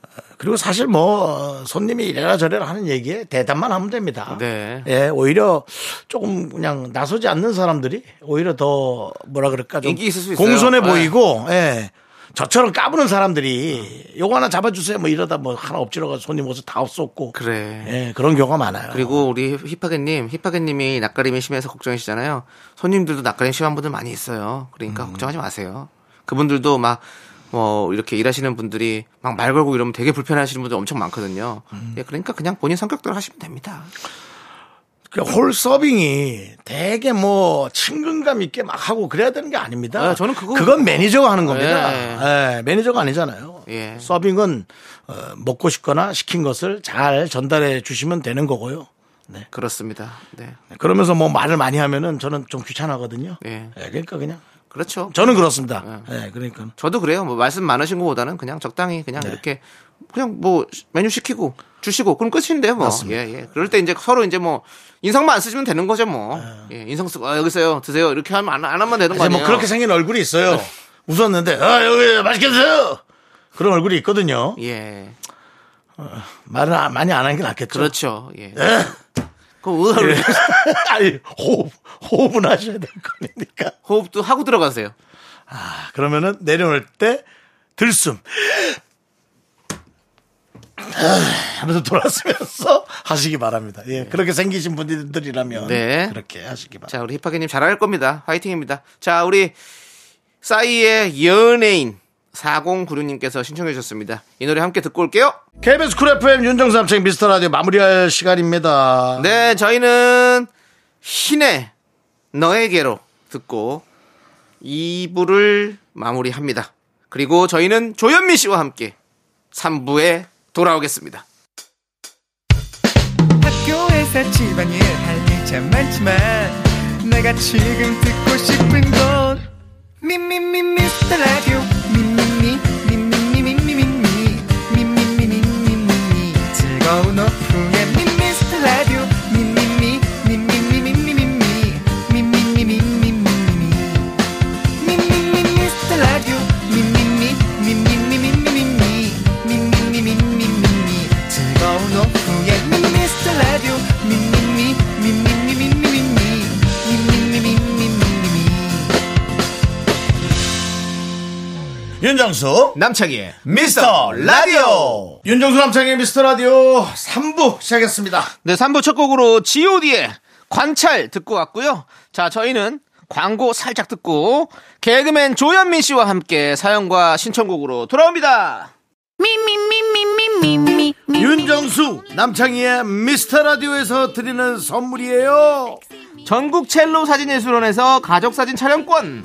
Speaker 1: 어, 그리고 사실 뭐 어, 손님이 이래라 저래라 하는 얘기에 대답만 하면 됩니다.
Speaker 2: 네.
Speaker 1: 예, 오히려 조금 그냥 나서지 않는 사람들이 오히려 더 뭐라 그럴까 좀
Speaker 2: 인기 있을 수 있어요.
Speaker 1: 공손해
Speaker 2: 네.
Speaker 1: 보이고 예. 저처럼 까부는 사람들이 요거 하나 잡아주세요 뭐 이러다 뭐 하나 엎질러가 손님 옷을 다 없었고
Speaker 2: 그래.
Speaker 1: 예, 그런 경우가 많아요.
Speaker 2: 그리고 우리 힙하게님, 힙하게님이 낯가림이 심해서 걱정이시잖아요. 손님들도 낯가림 심한 분들 많이 있어요. 그러니까 걱정하지 마세요. 그분들도 막, 뭐, 이렇게 일하시는 분들이 막 말 걸고 이러면 되게 불편하시는 분들 엄청 많거든요. 예, 그러니까 그냥 본인 성격대로 하시면 됩니다.
Speaker 1: 그 홀 서빙이 되게 뭐 친근감 있게 막 하고 그래야 되는 게 아닙니다.
Speaker 2: 아, 저는 그거-
Speaker 1: 건 매니저가 하는 겁니다. 예, 매니저가 아니잖아요.
Speaker 2: 예.
Speaker 1: 서빙은 어, 먹고 싶거나 시킨 것을 잘 전달해 주시면 되는 거고요.
Speaker 2: 그렇습니다. 네.
Speaker 1: 그러면서 뭐 말을 많이 하면은 저는 좀 귀찮아거든요.
Speaker 2: 예.
Speaker 1: 그러니까 그냥
Speaker 2: 그렇죠.
Speaker 1: 저는 그렇습니다. 예, 그러니까
Speaker 2: 저도 그래요. 뭐 말씀 많으신 것보다는 그냥 적당히 그냥
Speaker 1: 네.
Speaker 2: 이렇게 그냥 뭐 메뉴 시키고 주시고 그럼 끝인데 뭐. 예, 예. 그럴 때 이제 서로 이제 뭐 인성만 안 쓰시면 되는 거죠 뭐. 예, 인성 쓰고 아, 여기서요 드세요 이렇게 하면 안, 안 하면
Speaker 1: 네.
Speaker 2: 되는 거
Speaker 1: 이제
Speaker 2: 아니에요. 예.
Speaker 1: 뭐 그렇게 생긴 얼굴이 있어요. 웃었는데 아 여기 맛있게 드세요. 그런 얼굴이 있거든요.
Speaker 2: 예,
Speaker 1: 말은 아- 많이 안 하는 게 낫겠죠. 네. 예.
Speaker 2: 그렇죠. 예. 그 의외로
Speaker 1: 아니 호흡 호흡은 하셔야 될 거니까.
Speaker 2: 호흡도 하고 들어가세요.
Speaker 1: 그러면은 내려올 때 들숨 아, 하면서 돌아서면서 하시기 바랍니다. 예, 그렇게 생기신 분들이라면
Speaker 2: 네.
Speaker 1: 그렇게 하시기 바랍니다.
Speaker 2: 자, 우리 힙하게님 잘할 겁니다. 화이팅입니다. 자, 우리 싸이의 연예인 4096님께서 신청해 주셨습니다. 이 노래 함께 듣고 올게요.
Speaker 1: KBS 쿨 FM 윤정삼층 미스터 라디오 마무리할 시간입니다.
Speaker 2: 네, 저희는 신의 너에게로 듣고 2부를 마무리합니다. 그리고 저희는 조현미 씨와 함께 3부에 돌아오겠습니다.
Speaker 6: 학교에서
Speaker 2: 어,
Speaker 6: 집안일 할 일 참 많지만 내가 지금 듣고 싶은 건 미미미 미스터 라디오 미미미 미미미 미미미 미미미 미미미 즐거운 오후에 미스터 라디오 미미미 미미미 미미미 미미미 미미미
Speaker 7: 윤정수
Speaker 2: 남창희의
Speaker 7: 미스터 라디오
Speaker 1: 윤정수 남창의 미스터 라디오 3부 시작했습니다.
Speaker 2: 네, 3부 첫 곡으로 god의 관찰 듣고 왔고요. 자, 저희는 광고 살짝 듣고 개그맨 조현민 씨와 함께 사연과 신청곡으로 돌아옵니다.
Speaker 5: 미미미미미미미
Speaker 1: 윤정수 남창희의 미스터 라디오에서 드리는 선물이에요.
Speaker 2: 전국 첼로 사진예술원에서 가족사진 촬영권,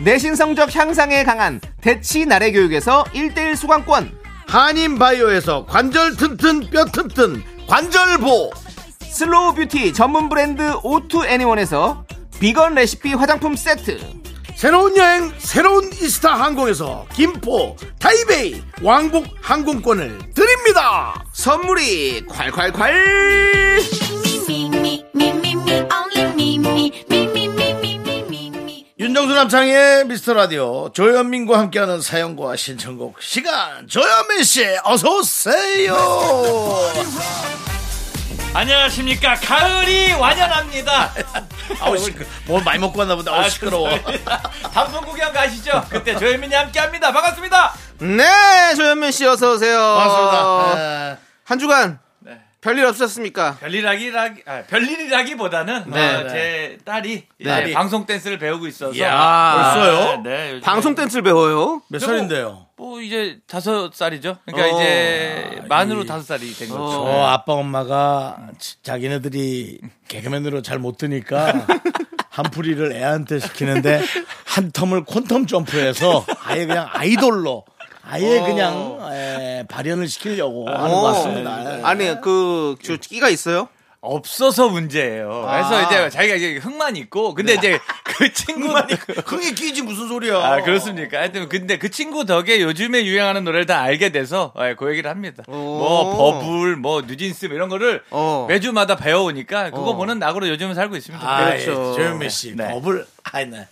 Speaker 2: 내신 성적 향상에 강한 대치 나래 교육에서 1대1 수강권,
Speaker 1: 한인 바이오에서 관절 튼튼 뼈 튼튼 관절보
Speaker 2: 슬로우 뷰티 전문 브랜드 오투 애니원에서 비건 레시피 화장품 세트
Speaker 1: 새로운 여행 새로운 이스타 항공에서 김포 타이베이 왕복 항공권을 드립니다
Speaker 2: 선물이 콸콸콸
Speaker 5: 미미미미미미 only 미미미미미미미미
Speaker 1: 윤정수 남창의 미스터 라디오 조현민과 함께하는 사연과 신청곡 시간 조현민 씨 어서 오세요.
Speaker 3: 안녕하십니까 가을이 완연합니다
Speaker 1: 아우 시끄. 뭐 많이 먹고 왔나 보다. 아우 시끄러워.
Speaker 3: 단풍 구경 가시죠 그때 조혜민이 함께합니다 반갑습니다
Speaker 2: 네 조현민 씨 어서 오세요
Speaker 1: 반갑습니다. 네. 에,
Speaker 2: 한 주간 별일 없으셨습니까
Speaker 3: 별일이라기 아,
Speaker 1: 아,
Speaker 3: 별일이라기보다는
Speaker 2: 네,
Speaker 3: 어,
Speaker 2: 네.
Speaker 3: 제 딸이 이제
Speaker 2: 딸이.
Speaker 3: 방송 댄스를 배우고 있어서
Speaker 2: 아,
Speaker 1: 예. 벌써요?
Speaker 3: 네, 요즘에
Speaker 2: 방송 댄스를 배워요
Speaker 1: 몇 살인데요?
Speaker 3: 뭐 이제 다섯 살이죠. 그러니까
Speaker 2: 어.
Speaker 3: 이제 만으로 다섯 살이 된 거죠.
Speaker 1: 어 아빠 엄마가 지- 자기네들이 개그맨으로 잘 못 드니까 한풀이를 애한테 시키는데 한 텀을 콘텀 점프해서 아예 그냥 아이돌로 아예 그냥 에, 발현을 시키려고 하는 것 같습니다. 예.
Speaker 2: 어. 아니 그 저, 끼가 있어요
Speaker 3: 없어서 문제예요.
Speaker 1: 아.
Speaker 3: 그래서 이제 자기가 이제 흥만 있고 근데 이제 그 친구만 있고
Speaker 1: 흥이 끼지 무슨 소리야?
Speaker 3: 아 그렇습니까? 하여튼 근데 그 친구 덕에 요즘에 유행하는 노래를 다 알게 돼서 예, 그 얘기를 합니다. 뭐 버블, 뭐 뉴진스 뭐 이런 거를
Speaker 2: 어.
Speaker 3: 매주마다 배워오니까 그거
Speaker 2: 어.
Speaker 3: 보는 낙으로 요즘은 살고 있습니다.
Speaker 1: 아,
Speaker 2: 그렇죠.
Speaker 1: 예, 조현미 씨
Speaker 3: 네.
Speaker 1: 버블 아니 네.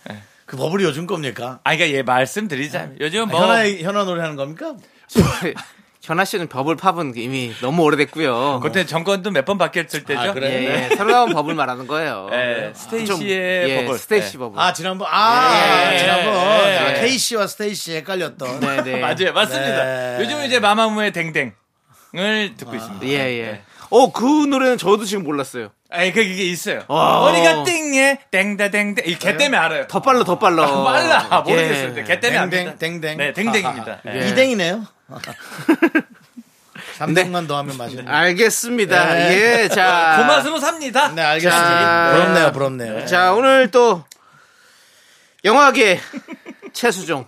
Speaker 1: 그 버블이 요즘 겁니까? 어.
Speaker 3: 아, 그러니까 예 말씀드리자면 요즘 뭐
Speaker 1: 현아 현아 노래하는 겁니까?
Speaker 2: 현아 씨는 버블 팝은 이미 너무 오래됐고요
Speaker 3: 그때 정권도 몇 번 바뀌었을 때죠.
Speaker 1: 아, 그래요?
Speaker 2: 예, 예, 새로 나온 버블 말하는 거예요
Speaker 3: 예, 스테이시의
Speaker 2: 예,
Speaker 3: 버블.
Speaker 2: 스테이시
Speaker 3: 예.
Speaker 2: 버블
Speaker 1: 아 지난번 아
Speaker 3: 예, 예,
Speaker 1: 지난번
Speaker 3: 예,
Speaker 1: 아,
Speaker 3: 예.
Speaker 1: 케이 씨와 스테이씨 헷갈렸던
Speaker 2: 네네
Speaker 3: 맞아요, 맞습니다.
Speaker 1: 네. 아.
Speaker 3: 요즘 이제 마마무의 댕댕을 듣고 있습니다.
Speaker 2: 예,
Speaker 3: 네.
Speaker 2: 예. 어, 그 노래는 저도 지금 몰랐어요.
Speaker 3: 아니 그 이게 있어요.
Speaker 2: 와.
Speaker 3: 머리가 띵예 땡다댕댕 이개 때문에 알아요.
Speaker 2: 더 빨라, 더 빨라.
Speaker 3: 아, 빨라 모르겠어요.
Speaker 2: 예.
Speaker 3: 근데 개 때문에
Speaker 1: 댕댕,
Speaker 3: 압니다.
Speaker 1: 댕댕.
Speaker 3: 네 댕댕입니다.
Speaker 2: 아, 아,
Speaker 3: 예.
Speaker 2: 예.
Speaker 1: 이댕이네요. 3등만 더하면 맞아요.
Speaker 2: 알겠습니다. 예, 자.
Speaker 3: 그 맛으로 삽니다.
Speaker 1: 네 알겠습니다.
Speaker 2: 자.
Speaker 1: 부럽네요, 부럽네요.
Speaker 2: 자, 오늘 또 영화계 최수종,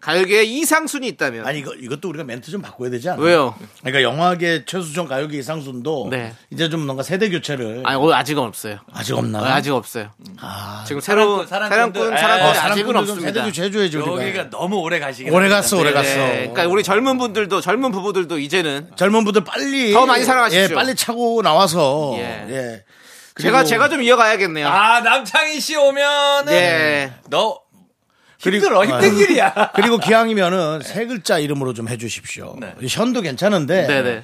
Speaker 2: 가요계 이상순이 있다면.
Speaker 1: 아니 이거 이것도 우리가 멘트 좀 바꿔야 되지 않아요?
Speaker 2: 왜요?
Speaker 1: 그러니까 영화계 최수종 가요계 이상순도
Speaker 2: 네.
Speaker 1: 이제 좀 뭔가 세대 교체를
Speaker 2: 아니, 오늘 아직은 없어요.
Speaker 1: 아직 없나?
Speaker 2: 아직 없어요. 지금 새로운
Speaker 3: 사랑꾼,
Speaker 2: 사랑꾼,
Speaker 3: 사랑꾼.
Speaker 2: 사랑꾼,
Speaker 3: 예,
Speaker 2: 아직은
Speaker 1: 어, 사람들도 좀 세대
Speaker 2: 없습니다.
Speaker 1: 교체 해줘야지 우리가.
Speaker 3: 여기가 너무 오래 가시긴
Speaker 1: 네. 오래
Speaker 3: 합니다.
Speaker 1: 갔어, 오래
Speaker 3: 네.
Speaker 1: 갔어.
Speaker 2: 예, 그러니까 우리 젊은 분들도, 젊은 부부들도 이제는
Speaker 1: 젊은 분들 빨리
Speaker 2: 더 많이 사랑하십시오.
Speaker 1: 예, 빨리 차고 나와서
Speaker 2: 예.
Speaker 1: 예.
Speaker 2: 제가,
Speaker 1: 그리고-
Speaker 2: 제가 좀 이어가야겠네요.
Speaker 3: 아 남창희 씨 오면은
Speaker 2: 예.
Speaker 1: 네.
Speaker 3: 너
Speaker 1: 그리고-
Speaker 3: 힘들어 힘든
Speaker 1: 아.
Speaker 3: 길이야.
Speaker 1: 그리고 기왕이면은 세 글자 이름으로 좀 해주십시오.
Speaker 3: 네.
Speaker 1: 션도 괜찮은데
Speaker 2: 네네.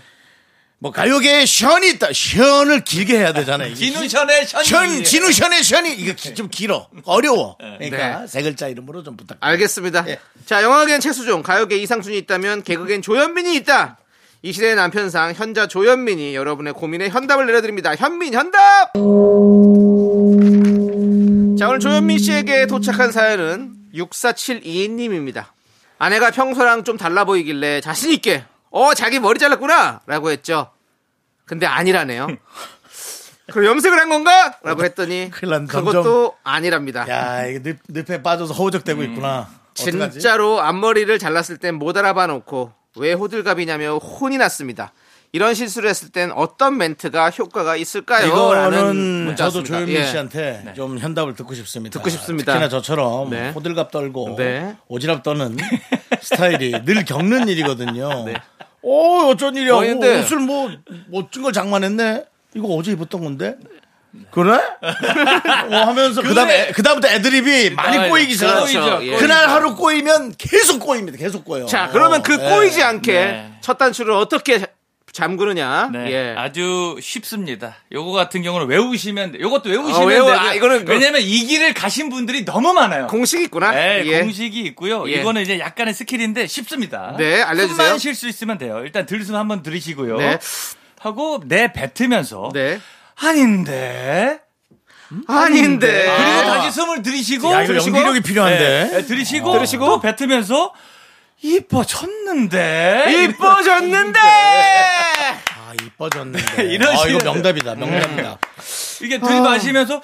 Speaker 1: 뭐 가요계에 션이 있다. 션을 길게 해야 되잖아요. 이게 기-
Speaker 3: 그 진우션의 션.
Speaker 1: 션 진우 션의 션이 이거 기- 좀 길어 어려워. 그러니까
Speaker 2: 네.
Speaker 1: 세 글자 이름으로 좀 부탁.
Speaker 2: 알겠습니다.
Speaker 1: 예.
Speaker 2: 자, 영화계엔 최수종, 가요계 이상순이 있다면 개그계엔 조현민이 있다. 이 시대의 남편상 현자 조현민이 여러분의 고민에 현답을 내려드립니다. 현민 현답! 자, 오늘 조현민 씨에게 도착한 사연은 6472님입니다. 아내가 평소랑 좀 달라 보이길래 자신있게, 어, 자기 머리 잘랐구나! 라고 했죠. 근데 아니라네요. 그럼 염색을 한 건가? 라고 했더니
Speaker 1: 큰일 난 점점-
Speaker 2: 그것도 아니랍니다.
Speaker 1: 야 이게 늪, 늪에 빠져서 허우적대고 있구나. 어떡하지?
Speaker 2: 음. 진짜로 앞머리를 잘랐을 땐 못 알아봐 놓고 왜 호들갑이냐며 혼이 났습니다. 이런 실수를 했을 땐 어떤 멘트가 효과가 있을까요? 라는
Speaker 1: 이거는
Speaker 2: 문자
Speaker 1: 저도
Speaker 2: 왔습니다.
Speaker 1: 조현민
Speaker 2: 예.
Speaker 1: 씨한테 좀 현답을 듣고 싶습니다.
Speaker 2: 듣고 싶습니다.
Speaker 1: 특히나 저처럼
Speaker 2: 네.
Speaker 1: 호들갑 떨고
Speaker 2: 네.
Speaker 1: 오지랖 떠는 스타일이 늘 겪는 일이거든요. 오, 어쩐 일이야.
Speaker 2: 뭐 했는데?
Speaker 1: 오, 옷을 뭐, 멋진 걸 장만했네. 이거 어제 입었던 건데. 그래? 뭐 하면서 그다음에 그다음부터 애드립이 많이
Speaker 3: 그다음에
Speaker 1: 꼬이기
Speaker 3: 그렇죠.
Speaker 1: 시작하죠.
Speaker 2: 예.
Speaker 1: 그날 하루 꼬이면 계속 꼬입니다. 계속 꼬여.
Speaker 2: 자, 그러면 그
Speaker 1: 예.
Speaker 2: 꼬이지 않게
Speaker 3: 어, 네.
Speaker 2: 첫 단추를 어떻게 자- 잠그느냐.
Speaker 3: 네,
Speaker 2: 예.
Speaker 3: 아주 쉽습니다. 요거 같은 경우는 외우시면 돼. 요것도 외우시면
Speaker 2: 어, 외워.
Speaker 3: 되고.
Speaker 2: 아, 이거는 그-
Speaker 3: 왜냐면 이 길을 가신 분들이 너무 많아요.
Speaker 2: 공식이 있구나.
Speaker 3: 네,
Speaker 2: 예.
Speaker 3: 공식이 있고요.
Speaker 2: 예.
Speaker 3: 이거는 이제 약간의 스킬인데 쉽습니다.
Speaker 2: 네, 알려주세요.
Speaker 3: 숨만 쉴 수 있으면 돼요. 일단 들숨 한번 들이시고요.
Speaker 2: 네.
Speaker 3: 하고 내 뱉으면서
Speaker 2: 네.
Speaker 3: 아닌데
Speaker 2: 아닌데.
Speaker 3: 그리고 다시 숨을 들이시고
Speaker 1: 야, 이거 연기력이 필요한데.
Speaker 3: 네, 들이시고 들이시고 또 뱉으면서 이뻐졌는데
Speaker 2: 이뻐졌는데.
Speaker 1: 아, 이뻐졌는데.
Speaker 3: 이런
Speaker 1: 아, 이거
Speaker 3: 식으로.
Speaker 1: 명답이다. 명답이다.
Speaker 3: 이게 들이마시면서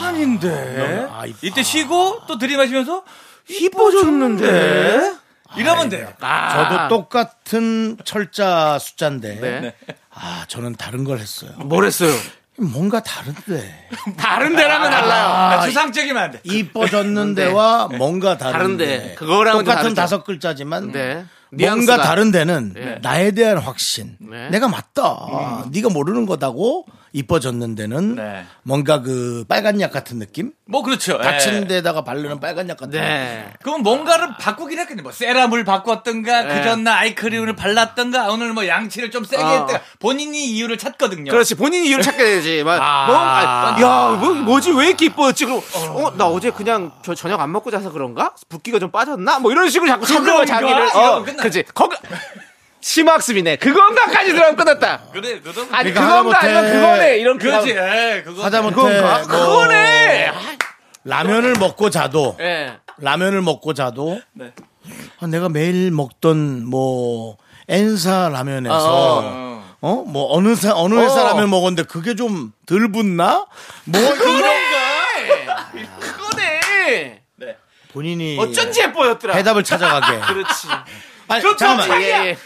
Speaker 3: 아닌데
Speaker 1: 아, 이-
Speaker 3: 이때 쉬고 또 들이마시면서 이뻐졌는데 이러면 돼요.
Speaker 1: 저도 똑같은 철자 숫자인데.
Speaker 2: 아. 네.
Speaker 1: 아, 저는 다른 걸 했어요.
Speaker 2: 뭘 했어요? 그,
Speaker 1: 뭔가 다른데.
Speaker 2: 다른 데라면 달라요.
Speaker 3: 아, 추상적이면 안 돼.
Speaker 1: 이뻐졌는데와 뭔가 다른데.
Speaker 2: 다른데. 그거랑은
Speaker 1: 똑같은
Speaker 2: 다르죠.
Speaker 1: 다섯 글자지만
Speaker 2: 네.
Speaker 1: 뭔가
Speaker 2: 뉘앙스가.
Speaker 1: 다른데는
Speaker 2: 네.
Speaker 1: 나에 대한 확신.
Speaker 2: 네. 음.
Speaker 1: 내가 맞다. 네가 모르는 거다고 이뻐졌는데는
Speaker 3: 네.
Speaker 1: 뭔가 그 빨간 약 같은 느낌?
Speaker 3: 뭐 그렇죠. 예.
Speaker 1: 다친 데다가 바르는 빨간 약 같은 느낌.
Speaker 2: 네.
Speaker 3: 그럼 뭔가를 바꾸긴 했겠네. 뭐 세럼을 바꿨던가
Speaker 2: 네.
Speaker 3: 그 전날 아이크림을 발랐던가 오늘 뭐 양치를 좀 세게
Speaker 2: 어.
Speaker 3: 했던가 본인이 이유를 찾거든요.
Speaker 2: 그렇지 본인 이유를 찾게 되지. 막,
Speaker 3: 아.
Speaker 2: 뭐, 아, 야, 뭐, 뭐지 왜 이렇게 이뻐졌지? 그럼 어, 나 어제 그냥 저 저녁 안 먹고 자서 그런가? 붓기가 좀 빠졌나? 뭐 이런 식으로 자꾸
Speaker 3: 그건가?
Speaker 2: 찾는 자기를. 어,
Speaker 3: 이러면 끝나.
Speaker 2: 그렇지. 거기 심학습이네. 그건가까지 들어가면 끝났다.
Speaker 3: 그래, 그럼
Speaker 2: 아니
Speaker 1: 그러니까
Speaker 2: 그건가 아니면
Speaker 1: 하다못해
Speaker 2: 그거네 이런
Speaker 3: 그지.
Speaker 2: 그거.
Speaker 3: 예, 그거.
Speaker 1: 하다못해
Speaker 2: 그건가?
Speaker 1: 뭐
Speaker 2: 그거네.
Speaker 1: 라면을 먹고 자도
Speaker 2: 예.
Speaker 1: 라면을 먹고 자도
Speaker 3: 네.
Speaker 1: 아, 내가 매일 먹던 뭐 엔사 라면에서 어 뭐 어느 사 어느 회사
Speaker 2: 어.
Speaker 1: 라면 먹었는데 그게 좀 덜 붙나 뭐 이런
Speaker 2: 그거네. 그거네.
Speaker 1: 본인이
Speaker 2: 어쩐지 예뻐였더라.
Speaker 1: 대답을 찾아가게
Speaker 2: 그렇지.
Speaker 1: 아니 잠깐만
Speaker 2: 예, 예.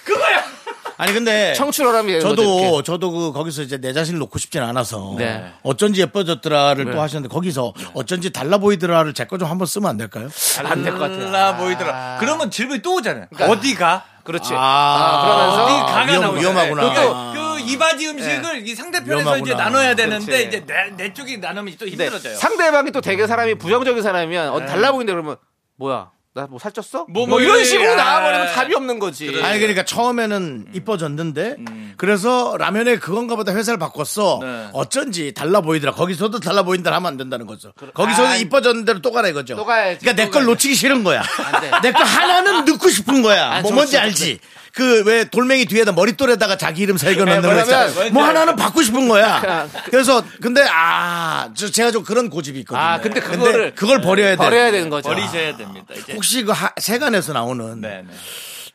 Speaker 1: 아니 근데
Speaker 2: 청출어람이 되는 거죠,
Speaker 1: 저도
Speaker 2: 이렇게.
Speaker 1: 저도 그 거기서 이제 내 자신을 놓고 싶진 않아서
Speaker 2: 네.
Speaker 1: 어쩐지 예뻐졌더라를 또 하셨는데 거기서 어쩐지 달라 보이더라를 제 거 좀 한번 쓰면 안 될까요?
Speaker 3: 안 될 것 같아. 라 보이더라. 그러면 질문이 또 오잖아요. 그러니까 어디가?
Speaker 2: 그렇지.
Speaker 1: 아,
Speaker 2: 그러면서
Speaker 3: 어디 가가
Speaker 1: 위험-
Speaker 3: 나오잖아요.
Speaker 1: 위험하구나.
Speaker 3: 그것도 그 이바지 음식을 이 상대편에서 이제
Speaker 1: 위험하구나.
Speaker 3: 나눠야 되는데
Speaker 2: 그렇지.
Speaker 3: 이제 내, 내 쪽이 나누면 또
Speaker 2: 네.
Speaker 3: 힘들어져요.
Speaker 2: 상대방이 또 되게
Speaker 1: 음.
Speaker 2: 사람이 부정적인 사람이면 어디 달라 보이는데 그러면 뭐야 나 뭐 살쪘어? 뭐,
Speaker 3: 뭐뭐
Speaker 2: 이런
Speaker 3: 이래.
Speaker 2: 식으로 나와버리면
Speaker 3: 아.
Speaker 2: 답이 없는 거지.
Speaker 1: 아니 그러니까 처음에는 이뻐졌는데
Speaker 2: 음.
Speaker 1: 그래서 라면에 그건가 보다 회사를 바꿨어
Speaker 3: 네.
Speaker 1: 어쩐지 달라 보이더라 거기서도 달라 보인다 하면 안 된다는 거죠 거기서도
Speaker 2: 아,
Speaker 1: 이뻐졌는데로 또 가라 이거죠
Speaker 2: 또 가야지,
Speaker 1: 그러니까 내
Speaker 2: 또
Speaker 1: 걸
Speaker 2: 가야지.
Speaker 1: 놓치기 싫은 거야
Speaker 2: 안 돼.
Speaker 1: 내 거 하나는 넣고 싶은 거야
Speaker 2: 아, 네,
Speaker 1: 뭐
Speaker 2: 정신
Speaker 1: 뭔지
Speaker 2: 없네.
Speaker 1: 알지 그 왜 돌멩이 뒤에다 머릿돌에다가 자기 이름 새겨 넣는 거
Speaker 2: 뭐냐면 아,
Speaker 1: 있잖아 뭐
Speaker 3: 뭔지
Speaker 1: 하나는 받고 싶은 거야
Speaker 2: 그냥
Speaker 1: 그래서 근데 아저 제가 좀 그런 고집이 있거든요
Speaker 2: 아, 근데 그거를
Speaker 1: 그걸 버려야 돼
Speaker 2: 버려야 되는 거죠.
Speaker 3: 버리셔야 됩니다. 이제.
Speaker 1: 혹시 그 하- 세간에서 나오는
Speaker 3: 예. 네, 네.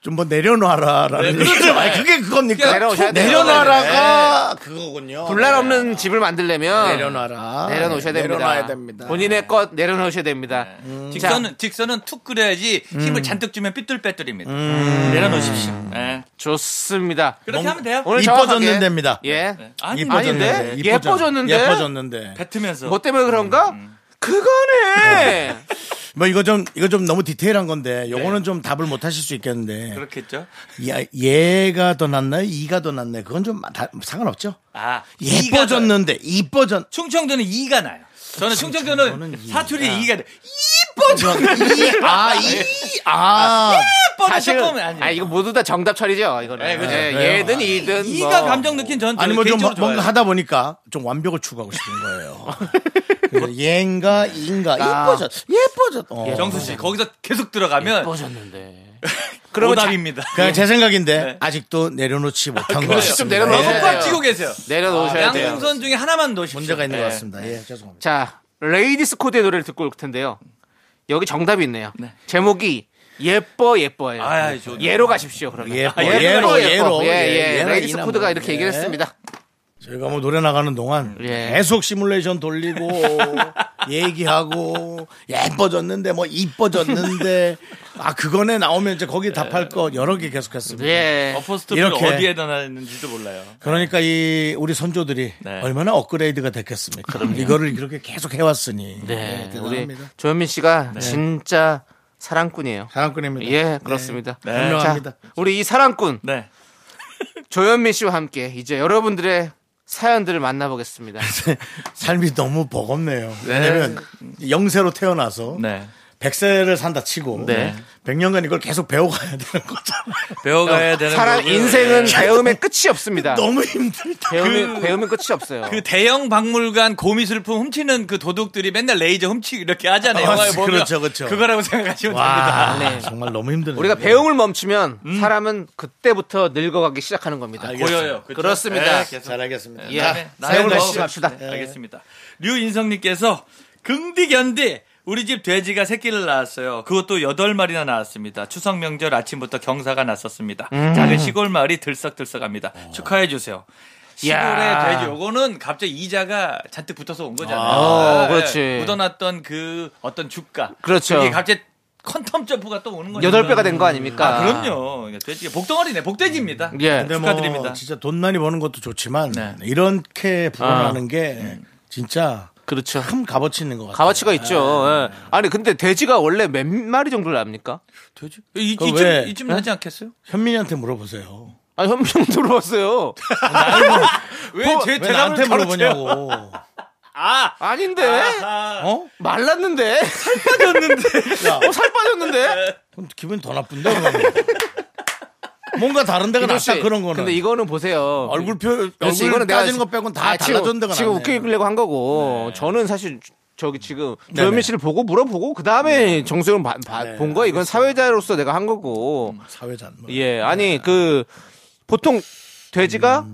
Speaker 1: 좀 뭐 내려놔라라는
Speaker 3: 네,
Speaker 1: 얘기죠. 아니, 그게 그겁니까?
Speaker 2: 내려오셔야 돼요.
Speaker 1: 내려놔라가 그거군요. 네,
Speaker 2: 분란 없는 집을 만들려면
Speaker 1: 내려놔라. 네,
Speaker 2: 내려놓으셔야 됩니다.
Speaker 1: 내려놔야 됩니다. 네. 음.
Speaker 2: 본인의 것 내려놓으셔야 됩니다.
Speaker 3: 네.
Speaker 2: 자,
Speaker 3: 직선은 직선은 툭 그려야지 힘을 잔뜩 주면 삐뚤빼뚤입니다. 음. 내려놓으십시오. 예.
Speaker 2: 좋습니다.
Speaker 3: 그렇게 하면 돼요.
Speaker 2: 오늘
Speaker 1: 이뻐졌는
Speaker 2: 정확하게.
Speaker 1: 데입니다.
Speaker 2: 예.
Speaker 3: 네. 아니,
Speaker 2: 아닌데?
Speaker 1: 이뻐졌는데.
Speaker 2: 예뻐졌는데?
Speaker 1: 예뻐졌는데.
Speaker 3: 뱉으면서
Speaker 2: 뭐 때문에 그런가?
Speaker 1: 음.
Speaker 2: 그거네.
Speaker 1: 뭐 이거 좀 이거 좀 너무 디테일한 건데 요거는 좀 답을 못 하실 수 있겠는데.
Speaker 3: 그렇겠죠.
Speaker 1: 야, 얘가 더 낫나요? 이가 더 낫나요? 그건 좀 다, 상관없죠.
Speaker 3: 아 이가
Speaker 1: 예뻐졌는데 이뻐졌
Speaker 3: 더- 충청도는 이가 나요. 저는 충청도는
Speaker 1: 충청도는
Speaker 3: 사투리 이가 돼.
Speaker 1: 이아 이. 아.
Speaker 3: 이뻐는
Speaker 2: 사실
Speaker 3: 조금
Speaker 2: 아
Speaker 3: 아니에요.
Speaker 2: 이거 모두 다 정답 처리죠. 이거는.
Speaker 3: 네, 그죠.
Speaker 2: 예, 얘든 이든
Speaker 3: 이가
Speaker 2: 뭐.
Speaker 3: 감정 느낀 전
Speaker 1: 아니
Speaker 3: 저는
Speaker 1: 뭐 좀
Speaker 3: 개인적으로
Speaker 1: 뭔가
Speaker 3: 좋아요.
Speaker 1: 하다 보니까 좀 완벽을 추구하고 싶은 거예요. 그래서 얘인가 인가 예뻐졌 예뻐졌. 어.
Speaker 3: 아. 정수 씨 거기서 계속 들어가면
Speaker 2: 예뻐졌는데. 그러면 자-
Speaker 3: 오답입니다.
Speaker 1: 그냥 제 생각인데
Speaker 3: 네.
Speaker 1: 아직도 내려놓지 못한 거
Speaker 3: 그래요.
Speaker 1: 같습니다.
Speaker 2: 좀 내려놓으셔야
Speaker 1: 예.
Speaker 2: 돼요.
Speaker 3: 너무 꽉 쥐고 계세요.
Speaker 2: 내려놓으셔야 돼요.
Speaker 3: 아, 양궁선 중에 하나만 놓으십시오.
Speaker 1: 문제가 있는
Speaker 3: 예.
Speaker 1: 것 같습니다. 예, 죄송합니다.
Speaker 2: 자, 레이디스 코드의 노래를 듣고 올 텐데요. 여기 정답이 있네요.
Speaker 3: 네.
Speaker 2: 제목이 예뻐 예뻐예요.
Speaker 3: 아, 좋네요.
Speaker 2: 예로 가십시오. 그러면.
Speaker 1: 예뻐,
Speaker 2: 아,
Speaker 1: 예로, 예로.
Speaker 2: 예, 예.
Speaker 1: 예,
Speaker 2: 레이디스
Speaker 1: 예나
Speaker 2: 코드가
Speaker 1: 뭐.
Speaker 2: 이렇게
Speaker 1: 예.
Speaker 2: 얘기를 했습니다.
Speaker 1: 저희가 뭐 노래 나가는 동안
Speaker 2: 예.
Speaker 1: 계속 시뮬레이션 돌리고 얘기하고 예뻐졌는데 뭐 이뻐졌는데 아 그거네 나오면 이제 거기
Speaker 3: 예.
Speaker 1: 답할 거 여러 개 계속했습니다.
Speaker 2: 예.
Speaker 3: 어퍼스트를
Speaker 1: 이렇게.
Speaker 3: 어디에 넣어놨는지도 몰라요.
Speaker 1: 그러니까 이 우리 선조들이
Speaker 3: 네.
Speaker 1: 얼마나 업그레이드가 됐겠습니까? 이거를 이렇게 계속 해왔으니
Speaker 2: 네.
Speaker 1: 네,
Speaker 2: 우리
Speaker 1: 대단합니다.
Speaker 2: 조현민 씨가 진짜 사랑꾼이에요.
Speaker 1: 사랑꾼입니다.
Speaker 2: 예, 그렇습니다.
Speaker 3: 네.
Speaker 1: 분명합니다.
Speaker 2: 자, 우리 이 사랑꾼
Speaker 3: 네.
Speaker 2: 조현민 씨와 함께 이제 여러분들의 사연들을 만나보겠습니다.
Speaker 1: 삶이 너무 버겁네요. 왜냐면 영세로 태어나서
Speaker 3: 네.
Speaker 1: 100세를 산다 치고
Speaker 3: 네.
Speaker 1: 100년간 이걸 계속 배워가야 되는 거잖아요.
Speaker 3: 배워가야 되는
Speaker 2: 사람
Speaker 3: 거고요.
Speaker 2: 인생은
Speaker 3: 네.
Speaker 2: 배움의 끝이 없습니다.
Speaker 1: 너무 힘들다.
Speaker 2: 배움의 배움의 끝이 없어요.
Speaker 3: 그 대형 박물관 고미술품 훔치는 그 도둑들이 맨날 레이저 훔치고 이렇게 하잖아요.
Speaker 1: 아,
Speaker 3: 영화에 보면.
Speaker 1: 그렇죠, 그렇죠.
Speaker 3: 그거라고 생각하시면
Speaker 1: 와,
Speaker 3: 됩니다.
Speaker 2: 네.
Speaker 1: 아, 정말 너무 힘드네.
Speaker 2: 우리가 배움을 멈추면 사람은 그때부터 늙어가기 시작하는
Speaker 1: 아,
Speaker 2: 겁니다.
Speaker 3: 고여요. 그렇죠?
Speaker 2: 그렇습니다.
Speaker 3: 네, 계속.
Speaker 1: 잘 알겠습니다.
Speaker 2: 예.
Speaker 3: 다음에
Speaker 2: 사연
Speaker 3: 나열로
Speaker 2: 다시 갑시다.
Speaker 3: 네, 알겠습니다. 류인성님께서 긍디 견디 우리 집 돼지가 새끼를 낳았어요. 그것도 여덟 마리나 낳았습니다. 추석 명절 아침부터 경사가 났었습니다.
Speaker 2: 음.
Speaker 3: 작은 시골 마을이 들썩들썩합니다. 축하해 주세요. 시골의
Speaker 2: 어. 야.
Speaker 3: 돼지 요거는 갑자기 이자가 잔뜩 붙어서 온 거잖아요.
Speaker 2: 아,
Speaker 3: 예,
Speaker 2: 그렇지.
Speaker 3: 묻어놨던 그 어떤 주가.
Speaker 2: 그렇죠.
Speaker 3: 그게 갑자기 컨텀 점프가 또 오는 거죠.
Speaker 2: 여덟 배가 된 거 아닙니까?
Speaker 3: 아, 음. 그럼요. 돼지가 복덩어리네. 복돼지입니다.
Speaker 2: 예.
Speaker 1: 근데
Speaker 3: 축하드립니다.
Speaker 1: 뭐 진짜 돈 많이 버는 것도 좋지만
Speaker 3: 네.
Speaker 1: 이렇게 불어나는 게 진짜
Speaker 2: 아. 음. 그렇죠.
Speaker 1: 큰 값어치 있는 것 같아요.
Speaker 2: 가와치가 있죠. 예. 아니 근데 돼지가 원래 몇 마리 정도를 납니까?
Speaker 3: 돼지? 이,
Speaker 1: 그거
Speaker 3: 쯤
Speaker 1: 왜?
Speaker 3: 이쯤 나지 않겠어요?
Speaker 1: 현민이한테 물어보세요.
Speaker 2: 아 현명 들어왔어요. 뭐,
Speaker 3: 왜제
Speaker 1: 왜 나한테 물어보냐고.
Speaker 3: 아,
Speaker 2: 아닌데
Speaker 1: 어?
Speaker 2: 말랐는데
Speaker 1: 야,
Speaker 2: 어, 살 빠졌는데.
Speaker 1: 그럼 기분이 더 나쁜데? 그러면? 뭔가 다른 데가
Speaker 2: 이도 씨,
Speaker 1: 낫다 그런 거는.
Speaker 2: 근데 이거는 보세요.
Speaker 1: 얼굴 표,
Speaker 2: 이도 씨,
Speaker 1: 얼굴 따지는 것 빼곤 다
Speaker 2: 아, 지금-
Speaker 1: 달라진 데가
Speaker 2: 지금
Speaker 1: 낫네.
Speaker 2: 웃기려고 한 거고 저는 사실 저기 지금
Speaker 1: 네네.
Speaker 2: 조현민 씨를 보고 물어보고 그 다음에 정수영
Speaker 1: 네,
Speaker 2: 본 거야. 이건 사회자로서 내가 한 거고.
Speaker 1: 사회자. 뭐.
Speaker 2: 예, 아니 그 보통 돼지가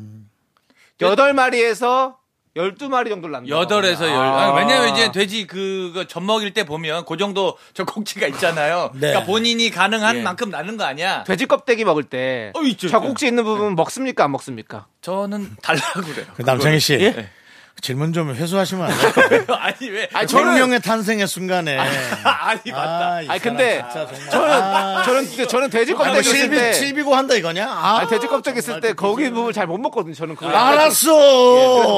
Speaker 2: 여덟 마리에서 열두 마리 정도 남겨.
Speaker 3: 여덟에서 열. 아, 왜냐면 이제 돼지 그거 젖 먹일 때 보면 그 정도 젖꼭지가 있잖아요.
Speaker 1: 네.
Speaker 3: 그러니까 본인이 가능한 만큼 낳는 거 아니야?
Speaker 2: 돼지 껍데기 먹을 때
Speaker 3: 어, 있죠, 있죠.
Speaker 2: 젖꼭지 있는 부분 먹습니까 안 먹습니까?
Speaker 3: 저는 달라고 그래요.
Speaker 1: 그 남창희 씨. 그
Speaker 3: 예?
Speaker 1: 질문 좀 회수하시면 안 될까요?
Speaker 3: 아니 왜?
Speaker 2: 아니, 저는-
Speaker 1: 100명의 탄생의 순간에.
Speaker 3: 아, 아니 맞다.
Speaker 1: 아, 이
Speaker 2: 아니,
Speaker 1: 사람
Speaker 2: 근데
Speaker 1: 진짜 정말.
Speaker 2: 저는
Speaker 1: 아,
Speaker 2: 저는 근데 저는 돼지
Speaker 1: 뭐
Speaker 2: 껍데기 있을
Speaker 1: 실비,
Speaker 2: 때
Speaker 1: 실비고 한다 이거냐? 아, 예,
Speaker 2: 아니, 돼지 껍데기 있을 때 거기 부분 잘 못 먹거든요. 저는 그걸 그래서 물어본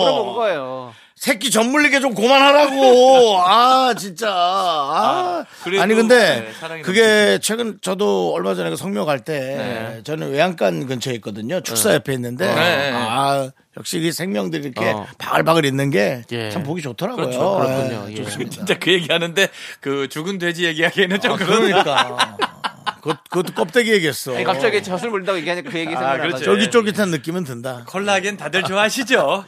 Speaker 1: 알았어.
Speaker 2: 거예요.
Speaker 1: 새끼 전물리게 좀 그만하라고. 아 진짜. 아,
Speaker 3: 그래도,
Speaker 1: 니 근데
Speaker 3: 네, 사랑이
Speaker 1: 그게 최근 저도 얼마 전에 그 성묘 갈 때 저는 외양간 근처에 있거든요. 축사 옆에 있는데
Speaker 3: 네.
Speaker 1: 아 역시 이 생명들이 이렇게
Speaker 2: 어.
Speaker 1: 바글바글 있는 게 참
Speaker 2: 예.
Speaker 1: 보기 좋더라고요.
Speaker 2: 그렇죠. 그렇군요.
Speaker 1: 예,
Speaker 2: 예.
Speaker 1: 좋습니다.
Speaker 3: 진짜 그 얘기하는데 그 죽은 돼지 얘기하기에는 좀 아, 그런.
Speaker 1: 그러니까. 그것, 그것도 껍데기 얘기했어. 어.
Speaker 2: 아니, 예, 갑자기 젖을 물다고 얘기하니까 그 얘기 생각나가지고.
Speaker 3: 아, 그렇지.
Speaker 1: 쫄깃쫄깃한 느낌은 든다.
Speaker 3: 콜라겐 다들 좋아하시죠?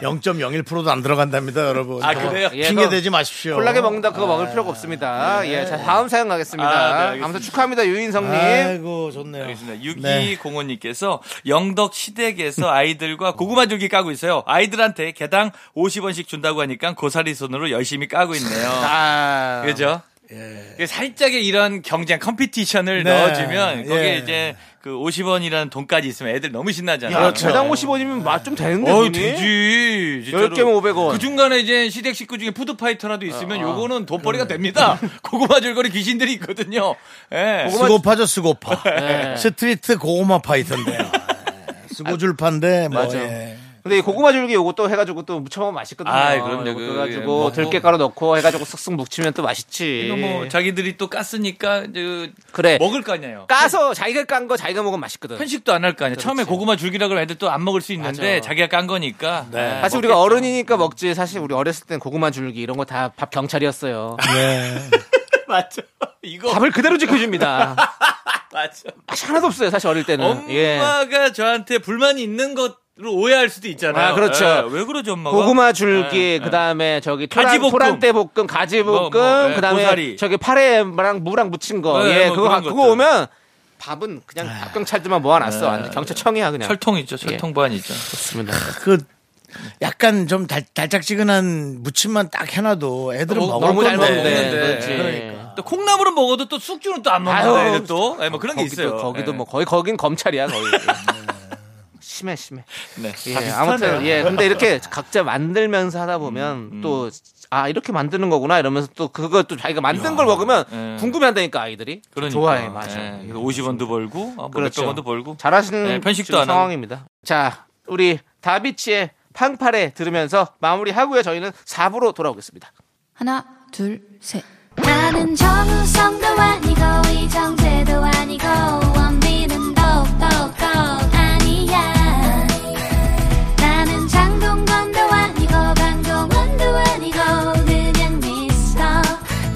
Speaker 1: 0.01%도 안 들어간답니다, 여러분.
Speaker 3: 아,
Speaker 1: 그거
Speaker 3: 그래요?
Speaker 2: 예,
Speaker 1: 핑계
Speaker 2: 그거
Speaker 1: 대지 마십시오.
Speaker 2: 콜라겐 먹는다 그거 먹을 필요가 없습니다. 예, 자 다음 사연
Speaker 3: 어. 아, 네,
Speaker 2: 가겠습니다.
Speaker 3: 알겠습니다.
Speaker 2: 아무튼 축하합니다 유인성님.
Speaker 1: 아이고, 좋네요.
Speaker 3: 알겠습니다.
Speaker 1: 네.
Speaker 3: 6205님께서 영덕 시댁에서 아이들과 고구마 줄기 까고 있어요. 아이들한테 개당 50원씩 준다고 하니까 고사리 손으로 열심히 까고 있네요.
Speaker 2: 아,
Speaker 3: 그죠?
Speaker 2: 예.
Speaker 3: 그 살짝의 이런 경쟁 컴피티션을
Speaker 1: 네.
Speaker 3: 넣어주면 거기에
Speaker 1: 예.
Speaker 3: 이제 그 50원이라는 돈까지 있으면 애들 너무 신나잖아요.
Speaker 2: 야,
Speaker 1: 그렇죠.
Speaker 2: 개당 50원이면 맛 좀 되는데 돈이?
Speaker 3: 어이 되지. 진짜로.
Speaker 2: 10개면 아, 500원.
Speaker 3: 그 중간에 이제 시댁 식구 중에 푸드파이터라도 있으면 요거는
Speaker 2: 음.
Speaker 3: 돈벌이가 됩니다. 고구마 줄거리 귀신들이 있거든요. 예.
Speaker 1: 스고파죠, 스고파.
Speaker 2: 네.
Speaker 1: 스트리트 고구마 파이던데요. 스고줄파인데, 뭐,
Speaker 2: 맞아.
Speaker 1: 예.
Speaker 2: 근데 이 고구마 줄기 요거 또 해가지고 또 무쳐먹으면 맛있거든요.
Speaker 3: 아이, 그럼요.
Speaker 2: 요거
Speaker 3: 그,
Speaker 2: 해가지고
Speaker 3: 뭐,
Speaker 2: 들깨가루 넣고 해가지고 쓱쓱 묻히면 또 맛있지.
Speaker 3: 이거 뭐 자기들이 또 깠으니까 이제
Speaker 2: 그래.
Speaker 3: 먹을 거 아니에요.
Speaker 2: 까서 자기가 깐 거 자기가 먹으면 맛있거든.
Speaker 3: 편식도 안 할 거 아니에요. 처음에 고구마 줄기라 그러면 애들 또 안 먹을 수 있는데
Speaker 2: 맞아.
Speaker 3: 자기가 깐 거니까. 네.
Speaker 2: 사실 우리가 어른이니까 먹지. 사실 우리 어렸을 땐 고구마 줄기 이런 거 다 밥 경찰이었어요.
Speaker 1: 네.
Speaker 3: 맞죠. 이거
Speaker 2: 밥을 그대로 지켜줍니다.
Speaker 3: 맞죠.
Speaker 2: 맛이 하나도 없어요. 사실 어릴 때는. 예.
Speaker 3: 엄마가 저한테 불만이 있는 것으로 오해할 수도 있잖아요.
Speaker 2: 아, 그렇죠.
Speaker 3: 예, 왜 그러죠, 엄마가?
Speaker 2: 고구마 줄기,
Speaker 3: 예,
Speaker 2: 그 다음에 저기 토란,
Speaker 3: 가지볶음.
Speaker 2: 토란대 볶음, 가지볶음,
Speaker 3: 뭐, 뭐, 예,
Speaker 2: 그 다음에
Speaker 3: 고사리.
Speaker 2: 저기 파래랑 무랑 묻힌 거.
Speaker 3: 예,
Speaker 2: 예,
Speaker 3: 뭐
Speaker 2: 그거, 가-
Speaker 3: 그런
Speaker 2: 그거
Speaker 3: 것들.
Speaker 2: 오면 밥은 그냥
Speaker 1: 네.
Speaker 2: 밥 경찰들만 모아놨어. 완전 경찰청이야, 그냥.
Speaker 3: 철통이죠,
Speaker 2: 예.
Speaker 3: 철통 보안이죠.
Speaker 2: 좋습니다.
Speaker 1: 그, 약간 좀 달, 달짝지근한 무침만 딱 해놔도 애들은
Speaker 3: 어,
Speaker 1: 먹을
Speaker 2: 너무 잘
Speaker 1: 건데. 네,
Speaker 2: 먹는데.
Speaker 3: 먹는데.
Speaker 2: 그렇지.
Speaker 1: 그러니까.
Speaker 3: 또 콩나물은 먹어도 또 숙주는 또 안
Speaker 2: 아유,
Speaker 3: 먹는다. 이거 또 예, 뭐 그런 게
Speaker 2: 거기도,
Speaker 3: 있어요.
Speaker 2: 거기도
Speaker 3: 예.
Speaker 2: 뭐 거의 거긴 검찰이야 거의.
Speaker 1: 네.
Speaker 2: 심해 심해.
Speaker 3: 네.
Speaker 2: 예,
Speaker 3: 다 비슷하네요.
Speaker 2: 아무튼 예 근데 이렇게 각자 만들면서 하다
Speaker 3: 음,
Speaker 2: 보면 또 아 이렇게 만드는 거구나 이러면서 또 그걸 또 자기가 만든 걸 먹으면
Speaker 3: 예.
Speaker 2: 궁금해한다니까 아이들이
Speaker 3: 그러니까.
Speaker 2: 좋아해 맞아.
Speaker 3: 예, 그래서 50원도 벌고, 아, 뭐
Speaker 2: 그렇죠.
Speaker 3: 몇백 원도 벌고.
Speaker 2: 잘하시는
Speaker 3: 예, 편식도
Speaker 2: 지금
Speaker 3: 안 하고.
Speaker 2: 상황입니다. 자 우리 다비치의 팡팔에 들으면서 마무리하고요 저희는 4부로 돌아오겠습니다.
Speaker 5: 하나, 둘, 셋. 나 나는 정우성도 아니고 이정재도 아니고 원빈은 더욱더 아니야 나는 장동건도 아니고 방종원도 아니고 그냥 미스터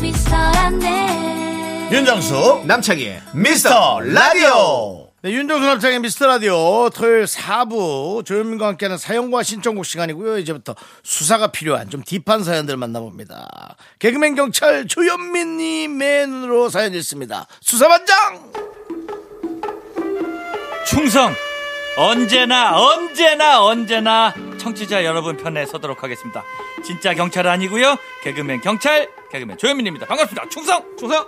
Speaker 5: 미스터란데
Speaker 7: 윤정수
Speaker 2: 남창희의
Speaker 7: 미스터 라디오
Speaker 1: 네, 윤종수 남창의 미스터 라디오 토요일 4부 조현민과 함께하는 사연과 신청곡 시간이고요. 이제부터 수사가 필요한 좀 딥한 사연들 만나봅니다. 개그맨 경찰 조현민님의 눈으로 사연 읽습니다. 수사반장!
Speaker 3: 충성 언제나 언제나 언제나 청취자 여러분 편에 서도록 하겠습니다. 진짜 경찰 아니고요. 개그맨 경찰 개그맨 조현민입니다. 반갑습니다. 충성 충성.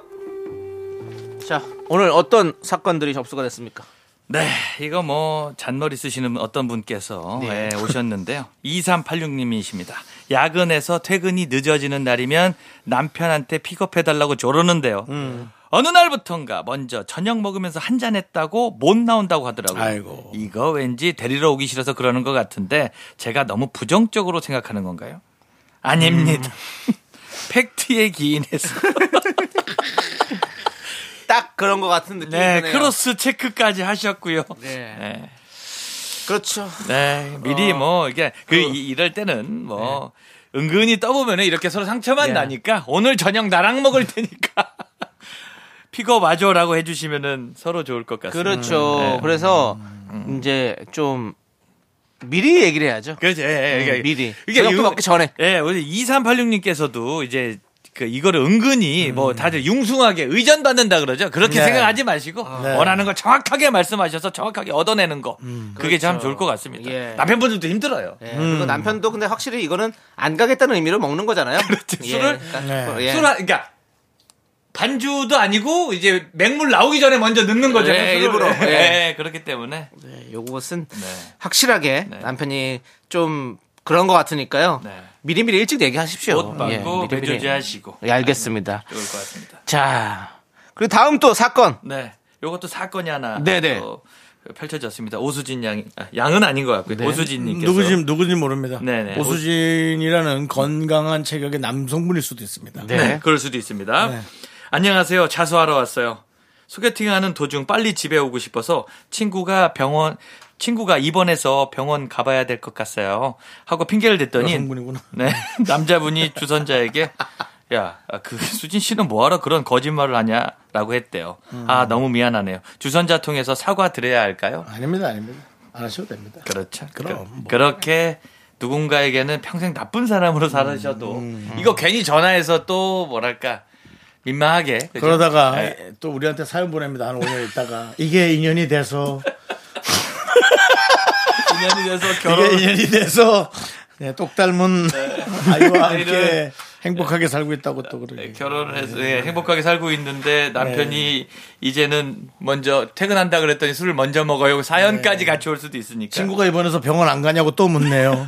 Speaker 2: 자 오늘 어떤 사건들이 접수가 됐습니까?
Speaker 3: 네, 이거 뭐 잔머리 쓰시는 어떤 분께서
Speaker 2: 네.
Speaker 3: 예, 오셨는데요. 2386님이십니다. 야근해서 퇴근이 늦어지는 날이면 남편한테 픽업해달라고 조르는데요. 어느 날부턴가 먼저 저녁 먹으면서 한 잔 했다고 못 나온다고 하더라고요.
Speaker 1: 아이고.
Speaker 3: 이거 왠지 데리러 오기 싫어서 그러는 것 같은데 제가 너무 부정적으로 생각하는 건가요? 아닙니다. 팩트에 기인해서
Speaker 2: 딱 그런 것 같은 느낌이
Speaker 3: 네,
Speaker 2: 드네요.
Speaker 3: 크로스 체크까지 하셨고요.
Speaker 2: 네.
Speaker 3: 네.
Speaker 2: 그렇죠.
Speaker 3: 네, 미리 뭐 이게 그 이- 이럴 때는 뭐 은근히 떠보면 이렇게 서로 상처만
Speaker 2: 네.
Speaker 3: 나니까 오늘 저녁 나랑 먹을 테니까 픽업 와줘라고 해주시면은 서로 좋을 것 같습니다.
Speaker 2: 그렇죠.
Speaker 3: 음, 네.
Speaker 2: 그래서 이제 좀 미리 얘기를 해야죠.
Speaker 3: 그렇죠. 예, 예,
Speaker 2: 음,
Speaker 3: 이게-
Speaker 2: 미리. 저녁도 먹기 전에.
Speaker 3: 예, 우리 2386님께서도 이제 그 이거를 은근히 뭐 다들 융숭하게 의전 받는다 그러죠. 그렇게
Speaker 1: 네.
Speaker 3: 생각하지 마시고 원하는 걸 정확하게 말씀하셔서 정확하게 얻어내는 거. 그게 참
Speaker 2: 그렇죠.
Speaker 3: 좋을 것 같습니다.
Speaker 2: 예.
Speaker 3: 남편분들도 힘들어요.
Speaker 2: 예, 그리고 남편도 근데 확실히 이거는 안 가겠다는 의미로 먹는 거잖아요.
Speaker 3: 그렇죠. 술을-
Speaker 2: 그러니까,
Speaker 3: 술 한- 그러니까 반주도 아니고 이제 맹물 나오기 전에 먼저 넣는 거죠.
Speaker 2: 예,
Speaker 3: 술을.
Speaker 2: 일부러. 예.
Speaker 3: 예, 그렇기 때문에.
Speaker 2: 네, 요것은
Speaker 3: 네.
Speaker 2: 확실하게
Speaker 3: 네.
Speaker 2: 남편이 좀 그런 것 같으니까요.
Speaker 3: 네.
Speaker 2: 미리미리 일찍 얘기하십시오. 예,
Speaker 3: 옷 받고 아,
Speaker 2: 미리미리.
Speaker 3: 배조제하시고.
Speaker 2: 예, 알겠습니다.
Speaker 3: 예, 좋을 것 같습니다.
Speaker 2: 자, 그리고 다음 또 사건.
Speaker 3: 네. 요것도 사건이 하나
Speaker 2: 네네.
Speaker 3: 또 펼쳐졌습니다. 오수진 양이 아, 양은 아닌 것 같고요. 오수진 님께서
Speaker 1: 누구지, 누구지 모릅니다.
Speaker 3: 네네.
Speaker 1: 오수진이라는 건강한 체격의 남성분일 수도 있습니다.
Speaker 3: 네. 그럴 수도 있습니다.
Speaker 1: 네.
Speaker 3: 안녕하세요. 자수하러 왔어요. 소개팅하는 도중 빨리 집에 오고 싶어서 친구가 병원 친구가 입원해서 병원 가봐야 될 것 같아요. 하고 핑계를 댔더니
Speaker 1: 여성분이구나.
Speaker 3: 네 남자분이 주선자에게 야 그 수진 씨는 뭐하러 그런 거짓말을 하냐라고 했대요.
Speaker 1: 음.
Speaker 3: 아 너무 미안하네요. 주선자 통해서 사과 드려야 할까요?
Speaker 1: 아닙니다, 아닙니다. 안 하셔도 됩니다.
Speaker 3: 그렇죠.
Speaker 1: 그럼 뭐.
Speaker 3: 그, 렇게 누군가에게는 평생 나쁜 사람으로
Speaker 1: 음,
Speaker 3: 살으셔도 이거 괜히 전화해서 또 뭐랄까 민망하게 그죠?
Speaker 1: 그러다가
Speaker 3: 예.
Speaker 2: 네.
Speaker 1: 또 우리한테 사연 보냅니다. 한 5년 있다가 이게 인연이 돼서
Speaker 3: 인연이 돼서
Speaker 1: 이게
Speaker 3: 결혼
Speaker 1: 인연이 돼서 네, 똑 닮은 아이와 함께
Speaker 3: 아이를-
Speaker 1: 행복하게 살고 있다고
Speaker 2: 네.
Speaker 1: 또
Speaker 2: 그러니까.
Speaker 1: 그러게.
Speaker 3: 결혼을 해서 예,
Speaker 1: 음.
Speaker 3: 행복하게 살고 있는데
Speaker 1: 네.
Speaker 3: 남편이 이제는 먼저 퇴근한다 그랬더니 술을 먼저 먹어요 사연까지 같이 올 수도 있으니까
Speaker 1: 네. 친구가 입원해서 병원 안 가냐고 또 묻네요.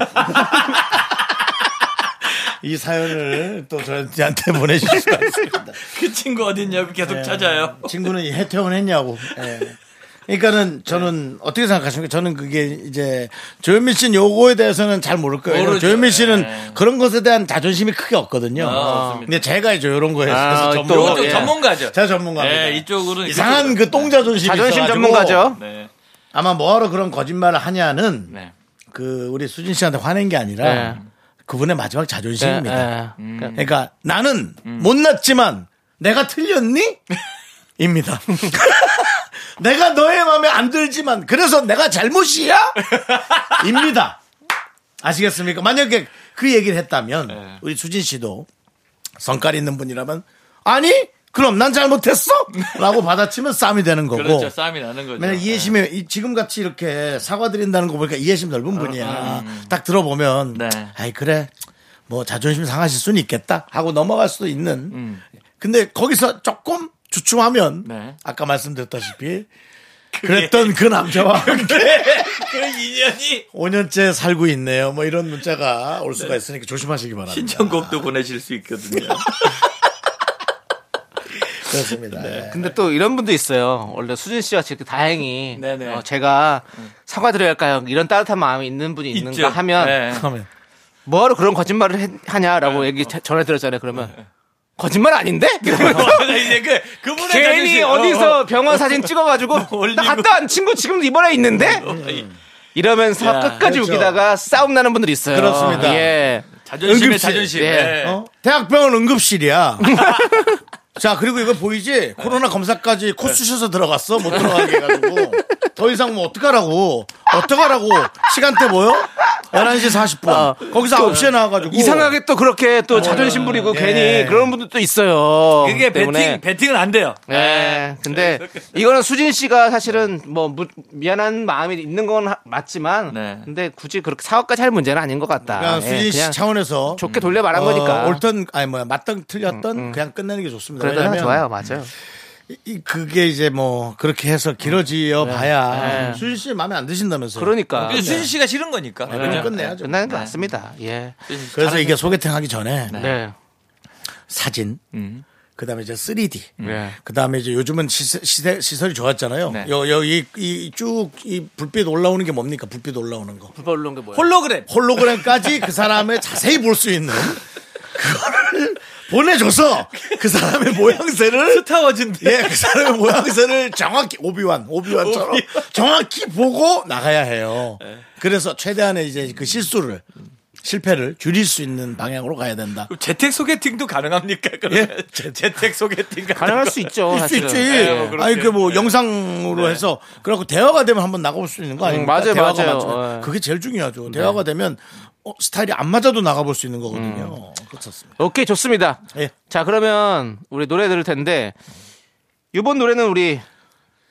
Speaker 1: 이 사연을 또 저한테 보내주실 수가 있습니다.
Speaker 3: 그 친구
Speaker 1: 네.
Speaker 3: 어딨냐고 계속 찾아요
Speaker 1: 친구는 이 해태원했냐고. 예.
Speaker 2: 네.
Speaker 1: 그러니까는 저는 어떻게 생각하십니까? 저는 그게 이제 조현민 씨는 요거에 대해서는 잘 모를 거예요. 왜냐면
Speaker 3: 모르죠.
Speaker 1: 조현민 씨는
Speaker 3: 예.
Speaker 1: 그런 것에 대한 자존심이 크게 없거든요.
Speaker 3: 아, 좋습니다.
Speaker 1: 근데 제가 이제 요런 거에
Speaker 2: 아,
Speaker 1: 대해서
Speaker 2: 또,
Speaker 1: 전문가. 예.
Speaker 3: 또 전문가죠.
Speaker 1: 제가 전문가입니다.
Speaker 3: 예, 이쪽으로는
Speaker 1: 이상한 그 똥자존심이
Speaker 2: 자존심
Speaker 1: 있어가지고
Speaker 2: 전문가죠.
Speaker 3: 네.
Speaker 1: 아마 뭐하러 그런 거짓말을 하냐는
Speaker 3: 네.
Speaker 1: 그 우리 수진 씨한테 화낸 게 아니라
Speaker 2: 네.
Speaker 1: 그분의 마지막 자존심입니다.
Speaker 2: 예, 예.
Speaker 1: 그러니까 나는 못났지만 내가 틀렸니? 입니다. 내가 너의 마음에 안 들지만 그래서 내가 잘못이야? 입니다. 아시겠습니까? 만약에 그 얘기를 했다면 우리 수진 씨도 성깔 있는 분이라면 아니 그럼 난 잘못했어? 라고 받아치면 싸움이 되는 거고
Speaker 3: 그렇죠 싸움이 나는 거죠
Speaker 1: 만약 이해심이 이- 지금 같이 이렇게 사과드린다는 거 보니까 이해심 넓은 분이야. 딱 들어보면
Speaker 3: 어, 음. 네.
Speaker 1: 아이 그래 뭐 자존심 상하실 수는 있겠다 하고 넘어갈 수도 있는. 근데 거기서 조금 주춤하면
Speaker 3: 음. 네.
Speaker 1: 아까 말씀드렸다시피 그랬던 그 남자와 함께
Speaker 3: 그 인연이
Speaker 1: 5년째 살고 있네요. 뭐 이런 문자가 올 수가 있으니까 조심하시기 바랍니다.
Speaker 3: 신청곡도 보내실 수 있거든요
Speaker 1: 그렇습니다.
Speaker 3: 네.
Speaker 1: 예.
Speaker 2: 근데 또 이런 분도 있어요. 원래 수진 씨와 이렇게 다행히
Speaker 3: 네네. 음.
Speaker 2: 어, 제가 사과드려야 할까요? 이런 따뜻한 마음이 있는 분이 있는가
Speaker 3: 있죠.
Speaker 2: 하면
Speaker 3: 네.
Speaker 1: 그러면
Speaker 3: 뭐.
Speaker 2: 뭐하러 그런 거짓말을 했- 하냐라고 얘기 자- 전해드렸잖아요. 그러면 거짓말 아닌데? 이러면서
Speaker 3: 이제 그 네, 그분의
Speaker 2: 괜히
Speaker 3: 자존심. 어,
Speaker 2: 어디서
Speaker 3: 어.
Speaker 2: 병원 사진 찍어가지고
Speaker 3: 올리고. 어,
Speaker 2: 나 갔다 온 친구 지금 입원해 있는데 이러면서
Speaker 3: 야,
Speaker 2: 끝까지
Speaker 8: 그렇죠.
Speaker 2: 우기다가 싸움 나는 분들 이 있어요.
Speaker 1: 그렇습니다.
Speaker 2: 예.
Speaker 3: 자존심에
Speaker 1: 응급실.
Speaker 3: 자존심.
Speaker 2: 예.
Speaker 3: 예.
Speaker 1: 어? 대학병원 응급실이야. 자, 그리고 이거 보이지? 코로나 검사까지 코 쑤셔서 들어갔어? 못 들어가게 해가지고. 더 이상 뭐 어떡하라고. 어떡하라고. 시간대 뭐요? 11시 40분. 거기서 9시에 나와가지고.
Speaker 2: 어. 이상하게 또 그렇게 또 자존심 부리고
Speaker 1: 예.
Speaker 2: 괜히 그런 분들 도 있어요.
Speaker 3: 어. 그게 배팅 배팅은 안 돼요. 네.
Speaker 2: 예. 근데 이거는 수진 씨가 사실은 뭐 무- 미안한 마음이 있는 건 하- 맞지만
Speaker 3: 네.
Speaker 2: 근데 굳이 그렇게 사업까지 할 문제는 아닌 것 같다.
Speaker 1: 그냥
Speaker 2: 예,
Speaker 1: 그러니까 수진 씨
Speaker 2: 그냥
Speaker 1: 차원에서.
Speaker 2: 좋게 돌려 말한
Speaker 1: 어,
Speaker 2: 거니까. 음,
Speaker 1: 옳던, 아니 뭐야. 맞던 틀렸던 그냥 끝내는 게 좋습니다.
Speaker 2: 그래도 하나
Speaker 1: 왜냐면
Speaker 2: 좋아요. 맞아요.
Speaker 1: 이- 이- 그게 이제 뭐 그렇게 해서 길어지어 봐야
Speaker 2: 네.
Speaker 1: 수진 씨 마음에 안 드신다면서요.
Speaker 2: 그러니까.
Speaker 3: 근데 수진 네. 씨가 싫은 거니까.
Speaker 1: 그럼
Speaker 3: 그죠?
Speaker 1: 끝내야죠.
Speaker 2: 끝나는 것 같습니다. 예.
Speaker 1: 그래서 이게 소개팅 하기 전에
Speaker 2: 네.
Speaker 1: 사진,
Speaker 3: 음. 예.
Speaker 1: 그다음에 이제 3D,
Speaker 2: 네.
Speaker 1: 그다음에 이제 요즘은 시세, 시설이 좋았잖아요.
Speaker 3: 네.
Speaker 1: 여 여기 이쭉이 불빛 올라오는 게 뭡니까? 불빛 올라오는 거.
Speaker 2: 불법 올라온 게 뭐예요?
Speaker 3: 홀로그램.
Speaker 1: 홀로그램까지 그 사람의 자세히 볼 수 있는 그거를 보내줘서 그 사람의 모양새를
Speaker 3: 스타워즈인데.
Speaker 1: 예, 그 사람의 모양새를 정확히 오비완, 오비완처럼 정확히 보고 나가야 해요.
Speaker 2: 네.
Speaker 1: 그래서 최대한의 이제 그 실수를 실패를 줄일 수 있는 방향으로 가야 된다.
Speaker 3: 그럼 재택 소개팅도 가능합니까? 그러면 재택 소개팅 같은
Speaker 2: 예. 가능할
Speaker 3: 거.
Speaker 2: 수 있죠.
Speaker 1: 있을 수
Speaker 2: 사실은.
Speaker 1: 있지.
Speaker 2: 예.
Speaker 3: 뭐 그렇게.
Speaker 1: 아니 그 뭐 영상으로 해서 그래갖고 대화가 되면 한번 나가볼 수 있는 거 아닙니까?
Speaker 2: 네. 음, 맞아요,
Speaker 1: 대화가
Speaker 2: 맞아요.
Speaker 1: 맞으면.
Speaker 2: 예.
Speaker 1: 그게 제일 중요하죠. 대화가 되면 어, 스타일이 안 맞아도 나가볼 수 있는 거거든요.
Speaker 2: 음.
Speaker 1: 그렇습니다.
Speaker 2: 오케이 좋습니다.
Speaker 1: 예.
Speaker 2: 자 그러면 우리 노래 들을 텐데 이번 노래는 우리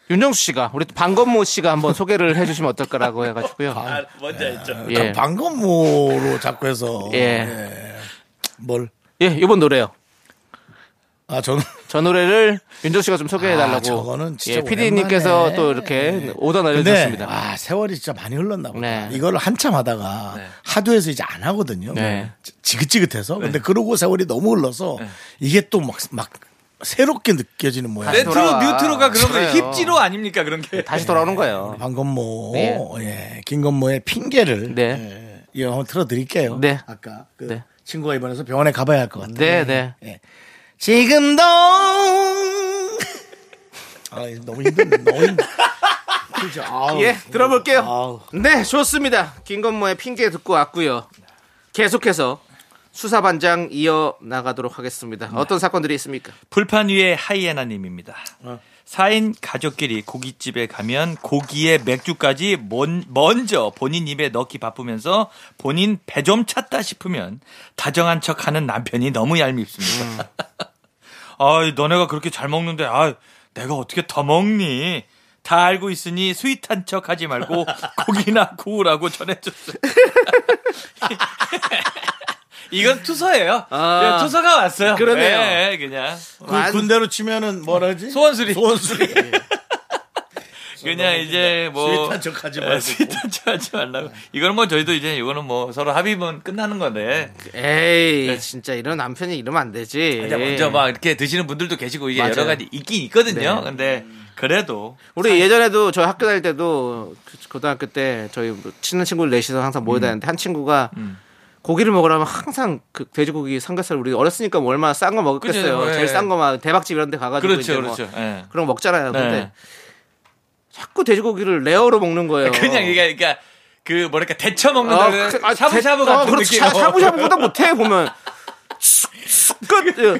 Speaker 2: 윤정수 씨가 우리 또 방건모 씨가 한번 소개를 해주시면 어떨까라고 해가지고요.
Speaker 3: 아, 뭔지 알죠.
Speaker 2: 예.
Speaker 1: 방금모로 자꾸 해서 네.
Speaker 2: 예.
Speaker 1: 뭘?
Speaker 2: 예, 이번 노래요.
Speaker 1: 아 저는
Speaker 2: 저 노래를 윤정수 씨가 좀 소개해달라고.
Speaker 1: 아, 저거는 진짜
Speaker 2: 예, PD님께서
Speaker 1: 오랜만에. 예.
Speaker 2: 또 이렇게 오더
Speaker 1: 근데
Speaker 2: 날려주셨습니다.
Speaker 1: 아 세월이 진짜 많이 흘렀나 보다.
Speaker 2: 네.
Speaker 1: 이걸 한참 하다가 하도해서 이제 안 하거든요.
Speaker 2: 네.
Speaker 1: 지- 지긋지긋해서. 근데 그러고 세월이 너무 흘러서 이게 또 막 막 새롭게 느껴지는 모양.
Speaker 3: 레트로
Speaker 2: 돌아와.
Speaker 3: 뉴트로가 그런 거
Speaker 2: 그래요.
Speaker 3: 힙지로 아닙니까 그런 게.
Speaker 2: 다시 돌아오는 거예요.
Speaker 1: 방건모,
Speaker 2: 네.
Speaker 1: 예, 김건모의 핑계를
Speaker 2: 네.
Speaker 1: 예, 이거 한번 틀어드릴게요.
Speaker 2: 네.
Speaker 1: 아까 그
Speaker 2: 네.
Speaker 1: 친구가 입원해서 병원에 가봐야 할 것 같아요. 예.
Speaker 2: 네, 네.
Speaker 1: 지금도 아, 너무 힘든데 너무 힘들어. 그죠? 아우.
Speaker 2: 예,
Speaker 1: 아우.
Speaker 2: 들어볼게요. 네, 좋습니다. 김건모의 핑계 듣고 왔고요. 계속해서 수사반장 이어 나가도록 하겠습니다. 어떤 사건들이 있습니까?
Speaker 3: 불판 위에 하이에나님입니다.
Speaker 2: 어.
Speaker 3: 4인 가족끼리 고깃집에 가면 고기에 맥주까지 먼, 먼저 본인 입에 넣기 바쁘면서 본인 배 좀 찼다 싶으면 다정한 척 하는 남편이 너무
Speaker 2: 음.
Speaker 3: 얄밉습니다. 아, 너네가 그렇게 잘 먹는데, 아, 내가 어떻게 더 먹니? 다 알고 있으니 스윗한 척 하지 말고 고기나 구우라고 전해줬어요. 이건 투서예요.
Speaker 2: 아.
Speaker 3: 예, 투서가 왔어요.
Speaker 2: 그러네요.
Speaker 3: 예, 그냥.
Speaker 1: 그
Speaker 2: 아,
Speaker 1: 군대로 치면은 뭐라 그러지?
Speaker 3: 소원수리.
Speaker 1: 소원수리.
Speaker 3: 그냥 이제 뭐
Speaker 1: 스윗한 척 하지
Speaker 3: 예,
Speaker 1: 말고.
Speaker 3: 스윗한 척 하지 말라고. 이거는 뭐 저희도 이제 이거는 뭐 서로 합의면 끝나는 건데.
Speaker 2: 예. 에이, 진짜 이런 남편이 이러면 안 되지.
Speaker 3: 이제 네. 먼저 막 이렇게 드시는 분들도 계시고 이게
Speaker 2: 맞아요. 네.
Speaker 3: 여러 가지 있긴 있거든요. 근데 그래도
Speaker 2: 우리 예전에도 저희 학교 다닐 때도 그- 고등학교 때 저희 뭐 친한 친구를 넷이서 항상
Speaker 3: 음.
Speaker 2: 모여 다녔는데 한 친구가 고기를 먹으라면 항상 그 돼지고기 삼겹살 우리 어렸으니까 뭐 얼마나 싼 거 먹었겠어요.
Speaker 3: 그죠, 예.
Speaker 2: 제일 싼 거 막 대박집 이런 데 가가지고 이제
Speaker 3: 그렇죠,
Speaker 2: 뭐
Speaker 3: 그렇죠. 예.
Speaker 2: 그런 거 먹잖아요.
Speaker 3: 네.
Speaker 2: 근데 자꾸 돼지고기를 레어로 먹는 거예요.
Speaker 3: 그냥 이게 그러니까 그 뭐랄까 데쳐
Speaker 2: 어,
Speaker 3: 먹는다.
Speaker 2: 그-
Speaker 3: 그
Speaker 2: 아,
Speaker 3: 샤브샤브
Speaker 2: 대- 어,
Speaker 3: 같은
Speaker 2: 그렇지.
Speaker 3: 느낌.
Speaker 2: 샤- 샤브샤브보다 못해 보면 끝. 예.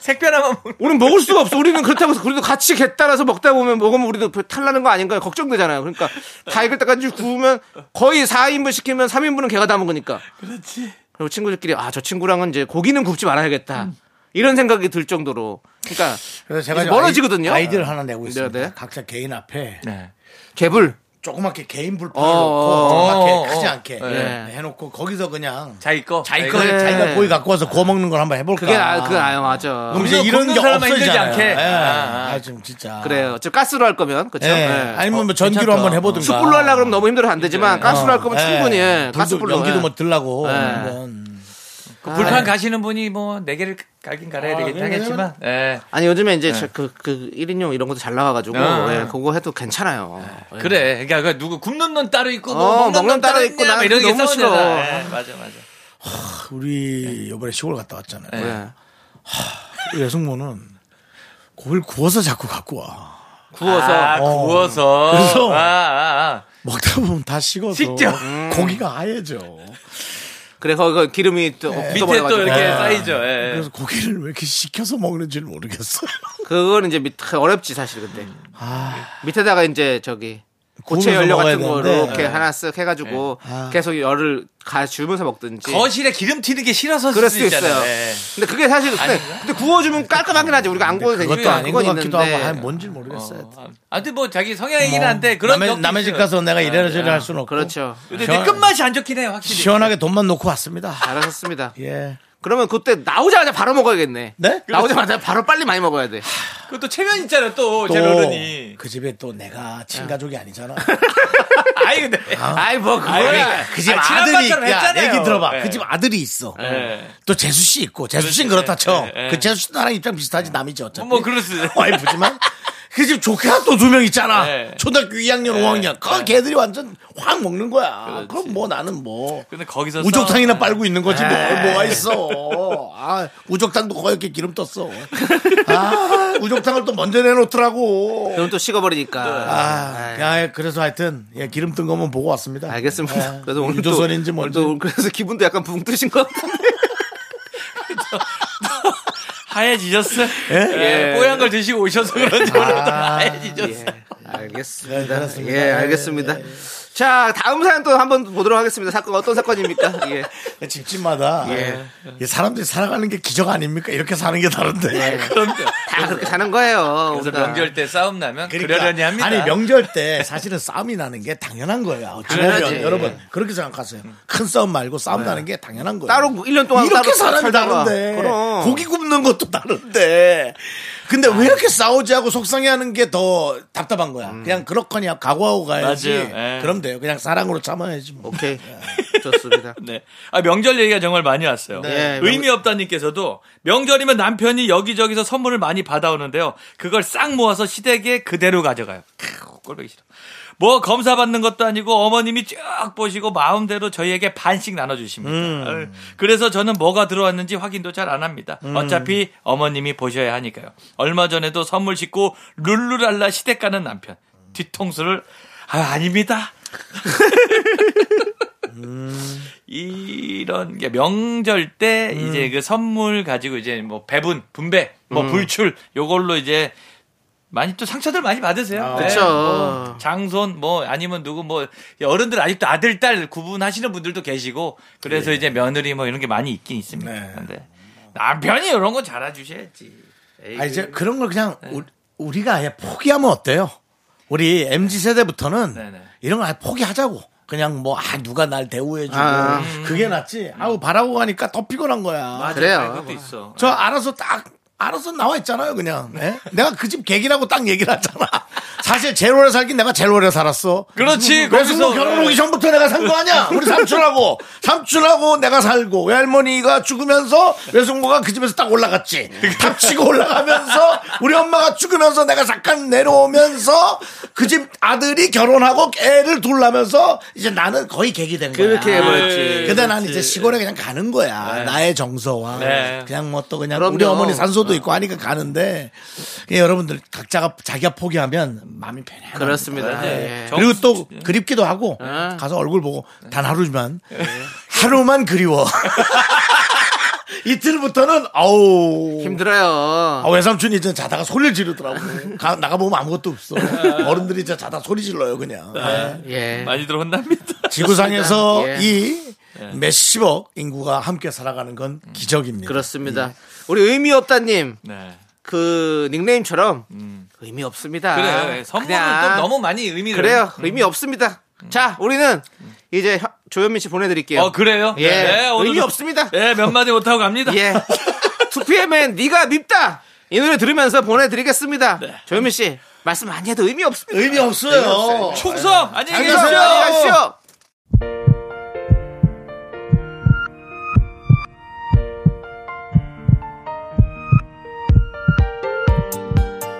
Speaker 3: 색변하면 먹는.
Speaker 2: 우린 먹을 수가 없어. 우리는 그렇다고 해서 우리도 같이 개 따라서 먹다 보면 먹으면 우리도 그 탈나는 거 아닌가 걱정되잖아요. 그러니까 다 익을 때까지 구우면 거의 4인분 시키면 3인분은 개가 다 먹으니까. 그렇지. 그리고 친구들끼리 아, 저 친구랑은 이제 고기는 굽지 말아야겠다. 이런 생각이 들 정도로. 그러니까
Speaker 1: 그래서 제가
Speaker 2: 이제
Speaker 1: 지금
Speaker 2: 멀어지거든요.
Speaker 1: 아이, 아이디를 하나 내고 있습니다.
Speaker 2: 네, 네.
Speaker 1: 각자 개인 앞에
Speaker 3: 네.
Speaker 2: 개불.
Speaker 1: 조그맣게 개인 불판을
Speaker 2: 어,
Speaker 1: 놓고
Speaker 2: 어,
Speaker 1: 조그맣게
Speaker 3: 어,
Speaker 1: 크지
Speaker 3: 어.
Speaker 1: 않게
Speaker 2: 네.
Speaker 1: 해놓고 거기서 그냥
Speaker 3: 자기 거.
Speaker 1: 자기
Speaker 3: 자기
Speaker 1: 거
Speaker 3: 거.
Speaker 2: 그래.
Speaker 1: 자기가 고기 갖고 와서 구워 먹는 걸 한번 해볼까.
Speaker 2: 그게 아, 그건 아요 맞아.
Speaker 1: 그럼 이제
Speaker 3: 굽는-
Speaker 1: 이런 게
Speaker 3: 굽는 사람만 힘들지
Speaker 1: 없어지잖아요.
Speaker 3: 않게.
Speaker 1: 예.
Speaker 3: 아, 아.
Speaker 1: 아, 지금 진짜.
Speaker 2: 그래요. 저 가스로 할 거면 그렇죠.
Speaker 1: 예. 아니면 뭐 전기로 한번 해보든가.
Speaker 2: 어. 숯불로 하려 그러면 너무 힘들어 안 되지만 가스로 할 거면
Speaker 1: 예.
Speaker 2: 충분히 예.
Speaker 1: 불도
Speaker 2: 가스불로.
Speaker 1: 연기도
Speaker 2: 예.
Speaker 1: 못 들라고.
Speaker 2: 예.
Speaker 1: 한번.
Speaker 3: 그 불판 가시는 분이 뭐 네 개를 갈긴 갈아야
Speaker 2: 네,
Speaker 1: 아,
Speaker 3: 되겠긴
Speaker 1: 그러면은-
Speaker 3: 하겠지만. 예.
Speaker 2: 아니 요즘에 이제 저 그, 그 1인용 이런 것도 잘 나와가지고
Speaker 3: 아.
Speaker 2: 예, 그거 해도 괜찮아요. 예.
Speaker 3: 그래. 그러니까 그 누구 굽는 놈 따로 있고
Speaker 2: 어,
Speaker 3: 뭐 먹는
Speaker 2: 먹는
Speaker 3: 놈 따로
Speaker 2: 따로
Speaker 3: 있고
Speaker 2: 있고 나
Speaker 3: 이런 게
Speaker 2: 너무
Speaker 3: 싸우는
Speaker 2: 싫어.
Speaker 3: 거잖아. 예, 맞아 맞아.
Speaker 1: 우리 요번에 시골 갔다 왔잖아요. 예.
Speaker 2: 네.
Speaker 1: 여성모는 고기를 구워서 자꾸 갖고 와.
Speaker 3: 구워서. 아,
Speaker 1: 어.
Speaker 3: 구워서.
Speaker 1: 그래서-
Speaker 3: 아, 아, 아.
Speaker 1: 먹다 보면 다 음. 식어서
Speaker 3: 식죠.
Speaker 1: 고기가 하얘져.
Speaker 2: 그래 거기 기름이
Speaker 1: 네.
Speaker 2: 또
Speaker 3: 밑에 또
Speaker 2: 굳어버려가지고
Speaker 3: 이렇게 쌓이죠. 예.
Speaker 1: 그래서 고기를 왜 이렇게 식혀서 먹는지 는 모르겠어요.
Speaker 2: 아. 그건 이제 밑 어렵지 사실 근데 밑에다가 이제 저기 고체
Speaker 1: 구우면서
Speaker 2: 연료
Speaker 1: 아. 먹어야
Speaker 2: 같은 거
Speaker 1: 되는데. 네. 아.
Speaker 2: 이렇게 하나 쓱 해가지고 계속 열을 가 주면서 먹든지
Speaker 3: 거실에 기름 튀는 게 싫어서
Speaker 2: 그럴
Speaker 3: 수도
Speaker 2: 수
Speaker 3: 있잖아요.
Speaker 2: 있어요.
Speaker 3: 예.
Speaker 2: 근데 그게 사실 근데, 근데 구워주면 깔끔하긴 하지 우리가 안 구워도 되니까
Speaker 1: 그것도 아닌 것
Speaker 2: 그건
Speaker 1: 같기도
Speaker 2: 있는데.
Speaker 1: 하고, 아니, 뭐 뭔지 모르겠어요.
Speaker 3: 어, 아무튼 뭐 자기 성향이긴 한데 그런
Speaker 1: 남의,
Speaker 3: 덕도
Speaker 1: 남의 집
Speaker 3: 있어요. 아,
Speaker 1: 가서 내가 이래라 저래라 할 수는 없고.
Speaker 2: 그렇죠.
Speaker 3: 근데 내
Speaker 1: 시원-
Speaker 3: 끝맛이 안 좋긴 해요, 확실히.
Speaker 1: 시원하게 돈만 놓고 왔습니다.
Speaker 2: 잘하셨습니다.
Speaker 1: 예.
Speaker 2: 그러면 그때 나오자마자 바로 먹어야겠네.
Speaker 1: 네?
Speaker 2: 나오자마자 바로 빨리 많이 먹어야 돼.
Speaker 3: 그것도 예. 체면 있잖아요, 또, 제 어른이.
Speaker 1: 또그 집에 또 내가 친가족이 아니잖아.
Speaker 3: 아이, 근데.
Speaker 2: 아이 뭐 그거야.
Speaker 1: 그 집
Speaker 3: 아,
Speaker 1: 아,
Speaker 3: 지난번처럼
Speaker 1: 들이 야,
Speaker 3: 했잖아요.
Speaker 1: 얘기 들어봐.
Speaker 3: 예.
Speaker 1: 그 집 아들이 있어.
Speaker 3: 예.
Speaker 1: 또 재수 씨 있고 재수 씨는
Speaker 3: 그렇지.
Speaker 1: 그렇다 쳐.
Speaker 3: 예, 예.
Speaker 1: 그 재수 씨 나랑 입장 비슷하지 남이지 어차피.
Speaker 3: 뭐, 그럴 수.
Speaker 1: 와이프지만 그 집 조카가 또 두 명 있잖아.
Speaker 3: 예.
Speaker 1: 초등학교 2학년, 5학년. 그 걔들이 완전 확 먹는 거야. 그럼뭐 나는 뭐
Speaker 3: 근데 거기서.
Speaker 1: 우족탕이나
Speaker 3: 싸우면-
Speaker 1: 빨고 있는 거지 뭐,
Speaker 2: 네.
Speaker 1: 뭐가 있어. 아, 우족탕도 거옇게 기름 떴어. 아, 우족탕을 또 먼저 내놓더라고.
Speaker 2: 그럼 또 식어버리니까.
Speaker 1: 아, 야, 그래서 하여튼 예, 기름 뜬 거만 보고 왔습니다.
Speaker 2: 알겠습니다.
Speaker 1: 예,
Speaker 2: 그래서 오늘 또-
Speaker 1: 유조선인지 뭔지.
Speaker 2: 또 그래서 기분도 약간 붕 뜨신 것 같은데.
Speaker 3: 하얘지셨어? 예. 뽀얀 걸 드시고 오셔서 그런지 모르겠다. 하얘지셨어.
Speaker 2: 알겠습니다.
Speaker 1: 네, 알았습니다.
Speaker 2: 예, 알겠습니다. 자, 다음 사연 또 한번 보도록 하겠습니다. 사건 어떤 사건입니까? 예.
Speaker 1: 집집마다
Speaker 2: 예.
Speaker 1: 이 사람들이 살아가는 게 기적 아닙니까? 이렇게 사는 게 다른데.
Speaker 3: 그런데.
Speaker 2: 다 예. 그렇게 사는 거예요.
Speaker 3: 그래서
Speaker 2: 우리가.
Speaker 3: 명절 때 싸움 나면 그러
Speaker 1: 그러니까,
Speaker 3: 려니 합니다.
Speaker 1: 아니 명절 때 사실은 싸움이 나는 게 당연한 거예요. 어찌 보면
Speaker 2: 당연하지. 음. 네.
Speaker 1: 여러분 그렇게 생각하세요. 큰 싸움 말고 싸움 나는 게 당연한 거예요.
Speaker 2: 따로 1년 동안
Speaker 1: 이렇게
Speaker 2: 따로
Speaker 1: 사람이
Speaker 2: 살다가.
Speaker 1: 다른데
Speaker 2: 그럼.
Speaker 1: 고기 굽는 것도 다른데 근데 왜 이렇게 싸우지 하고 속상해하는 게 더 답답한 거야.
Speaker 2: 음.
Speaker 1: 그냥 그렇거니 하고 각오하고 가야지.
Speaker 3: 맞아요. 예.
Speaker 1: 그럼 돼요. 그냥 사랑으로 참아야지. 뭐.
Speaker 2: 오케이. 좋습니다.
Speaker 3: 네. 아, 명절 얘기가 정말 많이 왔어요.
Speaker 2: 네.
Speaker 3: 의미 없다님께서도 명절이면 남편이 여기저기서 선물을 많이 받아오는데요. 그걸 싹 모아서 시댁에 그대로 가져가요. 크, 꼴보기 싫어. 뭐 검사 받는 것도 아니고 어머님이 쫙 보시고 마음대로 저희에게 반씩 나눠주십니다. 어, 그래서 저는 뭐가 들어왔는지 확인도 잘 안 합니다. 어차피 어머님이 보셔야 하니까요. 얼마 전에도 선물 싣고 룰루랄라 시댁 가는 남편. 뒤통수를 아, 아닙니다. 이런 게 명절 때
Speaker 2: 음.
Speaker 3: 이제 그 선물 가지고 이제 뭐 배분, 분배, 뭐 불출 요걸로 이제 많이 또 상처들 많이 받으세요. 네,
Speaker 2: 아. 그쵸.
Speaker 3: 뭐 장손 뭐 아니면 누구 뭐 어른들 아직도 아들 딸 구분하시는 분들도 계시고
Speaker 2: 예.
Speaker 3: 그래서 이제 며느리 뭐 이런 게 많이 있긴 있습니다.
Speaker 1: 네.
Speaker 3: 근데 남편이 이런 거 잘해 주셔야지.
Speaker 1: 아 이제 그런 걸 그냥 우, 리가 아예 포기하면 어때요? 우리 mz 세대부터는
Speaker 3: 네네.
Speaker 1: 이런 걸 아예 포기하자고. 그냥 뭐 아 누가 날 대우해주고
Speaker 2: 아.
Speaker 1: 그게 낫지. 아우 바라고 가니까 더 피곤한 거야.
Speaker 2: 그래요.
Speaker 3: 것도 네, 있어.
Speaker 1: 저 알아서 딱 알아서 나와 있잖아요, 그냥. 예? 내가 그 집 객이라고 딱 얘기를 하잖아. 사실 제일 오래 살긴 내가 제일 오래 살았어.
Speaker 3: 그렇지.
Speaker 1: 그래서 뭐
Speaker 3: 거기서
Speaker 1: 결혼 오기 전부터 내가 산 거 아니야? 우리 삼촌하고 삼촌하고 내가 살고 외할머니가 죽으면서 외숙모가 그 집에서 딱 올라갔지. 탑치고 올라가면서 우리 엄마가 죽으면서 내가 잠깐 내려오면서 그 집 아들이 결혼하고 애를 둘라면서 이제 나는 거의 객이 된 거야.
Speaker 2: 그렇게 뭐 해버렸지. 네.
Speaker 1: 근데 그러니까 난 이제 시골에 그냥 가는 거야. 나의 정서와
Speaker 3: 네.
Speaker 1: 그냥 뭐 또 그냥
Speaker 2: 그럼요.
Speaker 1: 우리 어머니 산소도 있고 하니까 가는데 그냥 여러분들 각자가 자기가 포기하면 마음이 편해.
Speaker 2: 그렇습니다.
Speaker 3: 네.
Speaker 2: 네. 예.
Speaker 1: 그리고 또 그립기도 하고 가서 얼굴 보고
Speaker 2: 네.
Speaker 1: 단 하루지만 하루만 그리워. 이틀부터는 아우
Speaker 2: 힘들어요.
Speaker 1: 아, 외삼촌이 이제 자다가 소리를 지르더라고. 가, 나가보면 아무것도 없어.
Speaker 2: 네.
Speaker 1: 어른들이 이제 자다 소리 질러요, 그냥. 네.
Speaker 2: 예.
Speaker 3: 많이들 혼납니다.
Speaker 1: 지구상에서
Speaker 2: 그렇습니다. 예.
Speaker 1: 이 몇십억 인구가 함께 살아가는 건 기적입니다.
Speaker 2: 그렇습니다. 우리 의미 없다님
Speaker 3: 네.
Speaker 2: 그 닉네임처럼 의미 없습니다.
Speaker 3: 그래. 예, 선물은
Speaker 2: 그냥
Speaker 3: 또 너무 많이 의미를
Speaker 2: 그래요. 의미 없습니다. 자, 우리는 이제 혀- 조현민 씨 보내드릴게요.
Speaker 3: 어 그래요?
Speaker 2: 예.
Speaker 3: 오늘도-
Speaker 2: 의미 없습니다.
Speaker 3: 예, 몇 마디 못 하고 갑니다.
Speaker 2: 예. 2PM의 네가 밉다. 이 노래 들으면서 보내드리겠습니다.
Speaker 3: 네.
Speaker 2: 조현민 씨 말씀 많이 해도 의미 없습니다.
Speaker 1: 예. 의미 없어요.
Speaker 3: 충성 안녕히
Speaker 1: 당연하죠.
Speaker 3: 계세요.
Speaker 2: 안녕히 가십시오.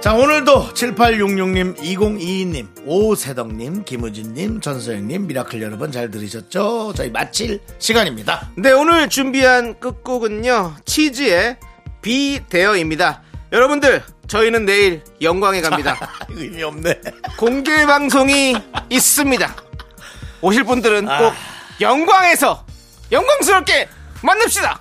Speaker 1: 자, 오늘도 7866님, 2022님, 오세덕님, 김우진님, 전소영님, 미라클 여러분 잘 들으셨죠? 저희 마칠 시간입니다.
Speaker 2: 네, 오늘 준비한 끝곡은요. 치즈의 비대어입니다. 여러분들, 저희는 내일 영광에 갑니다.
Speaker 1: 이거 의미 없네.
Speaker 2: 공개 방송이 있습니다. 오실 분들은
Speaker 3: 아.
Speaker 2: 꼭 영광에서 영광스럽게 만납시다.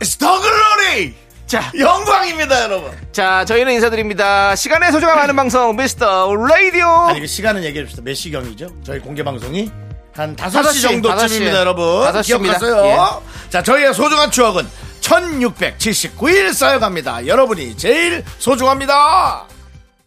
Speaker 1: It's the glory!
Speaker 2: 자,
Speaker 1: 영광입니다, 여러분!
Speaker 2: 자, 저희는 인사드립니다. 시간의 소중함 아는 방송 미스터 라디오.
Speaker 1: 아니, 그 시간은 얘기해 줍시다. 몇 시경이죠? 저희 공개 방송이 한 5시,
Speaker 2: 다섯 시, 다섯 시에.
Speaker 1: 정도쯤입니다, 여러분.
Speaker 2: 다섯 시입니다. 예.
Speaker 1: 기억하세요. 자, 저희의 소중한 추억은 1679일 쌓여갑니다. 여러분이 제일 소중합니다!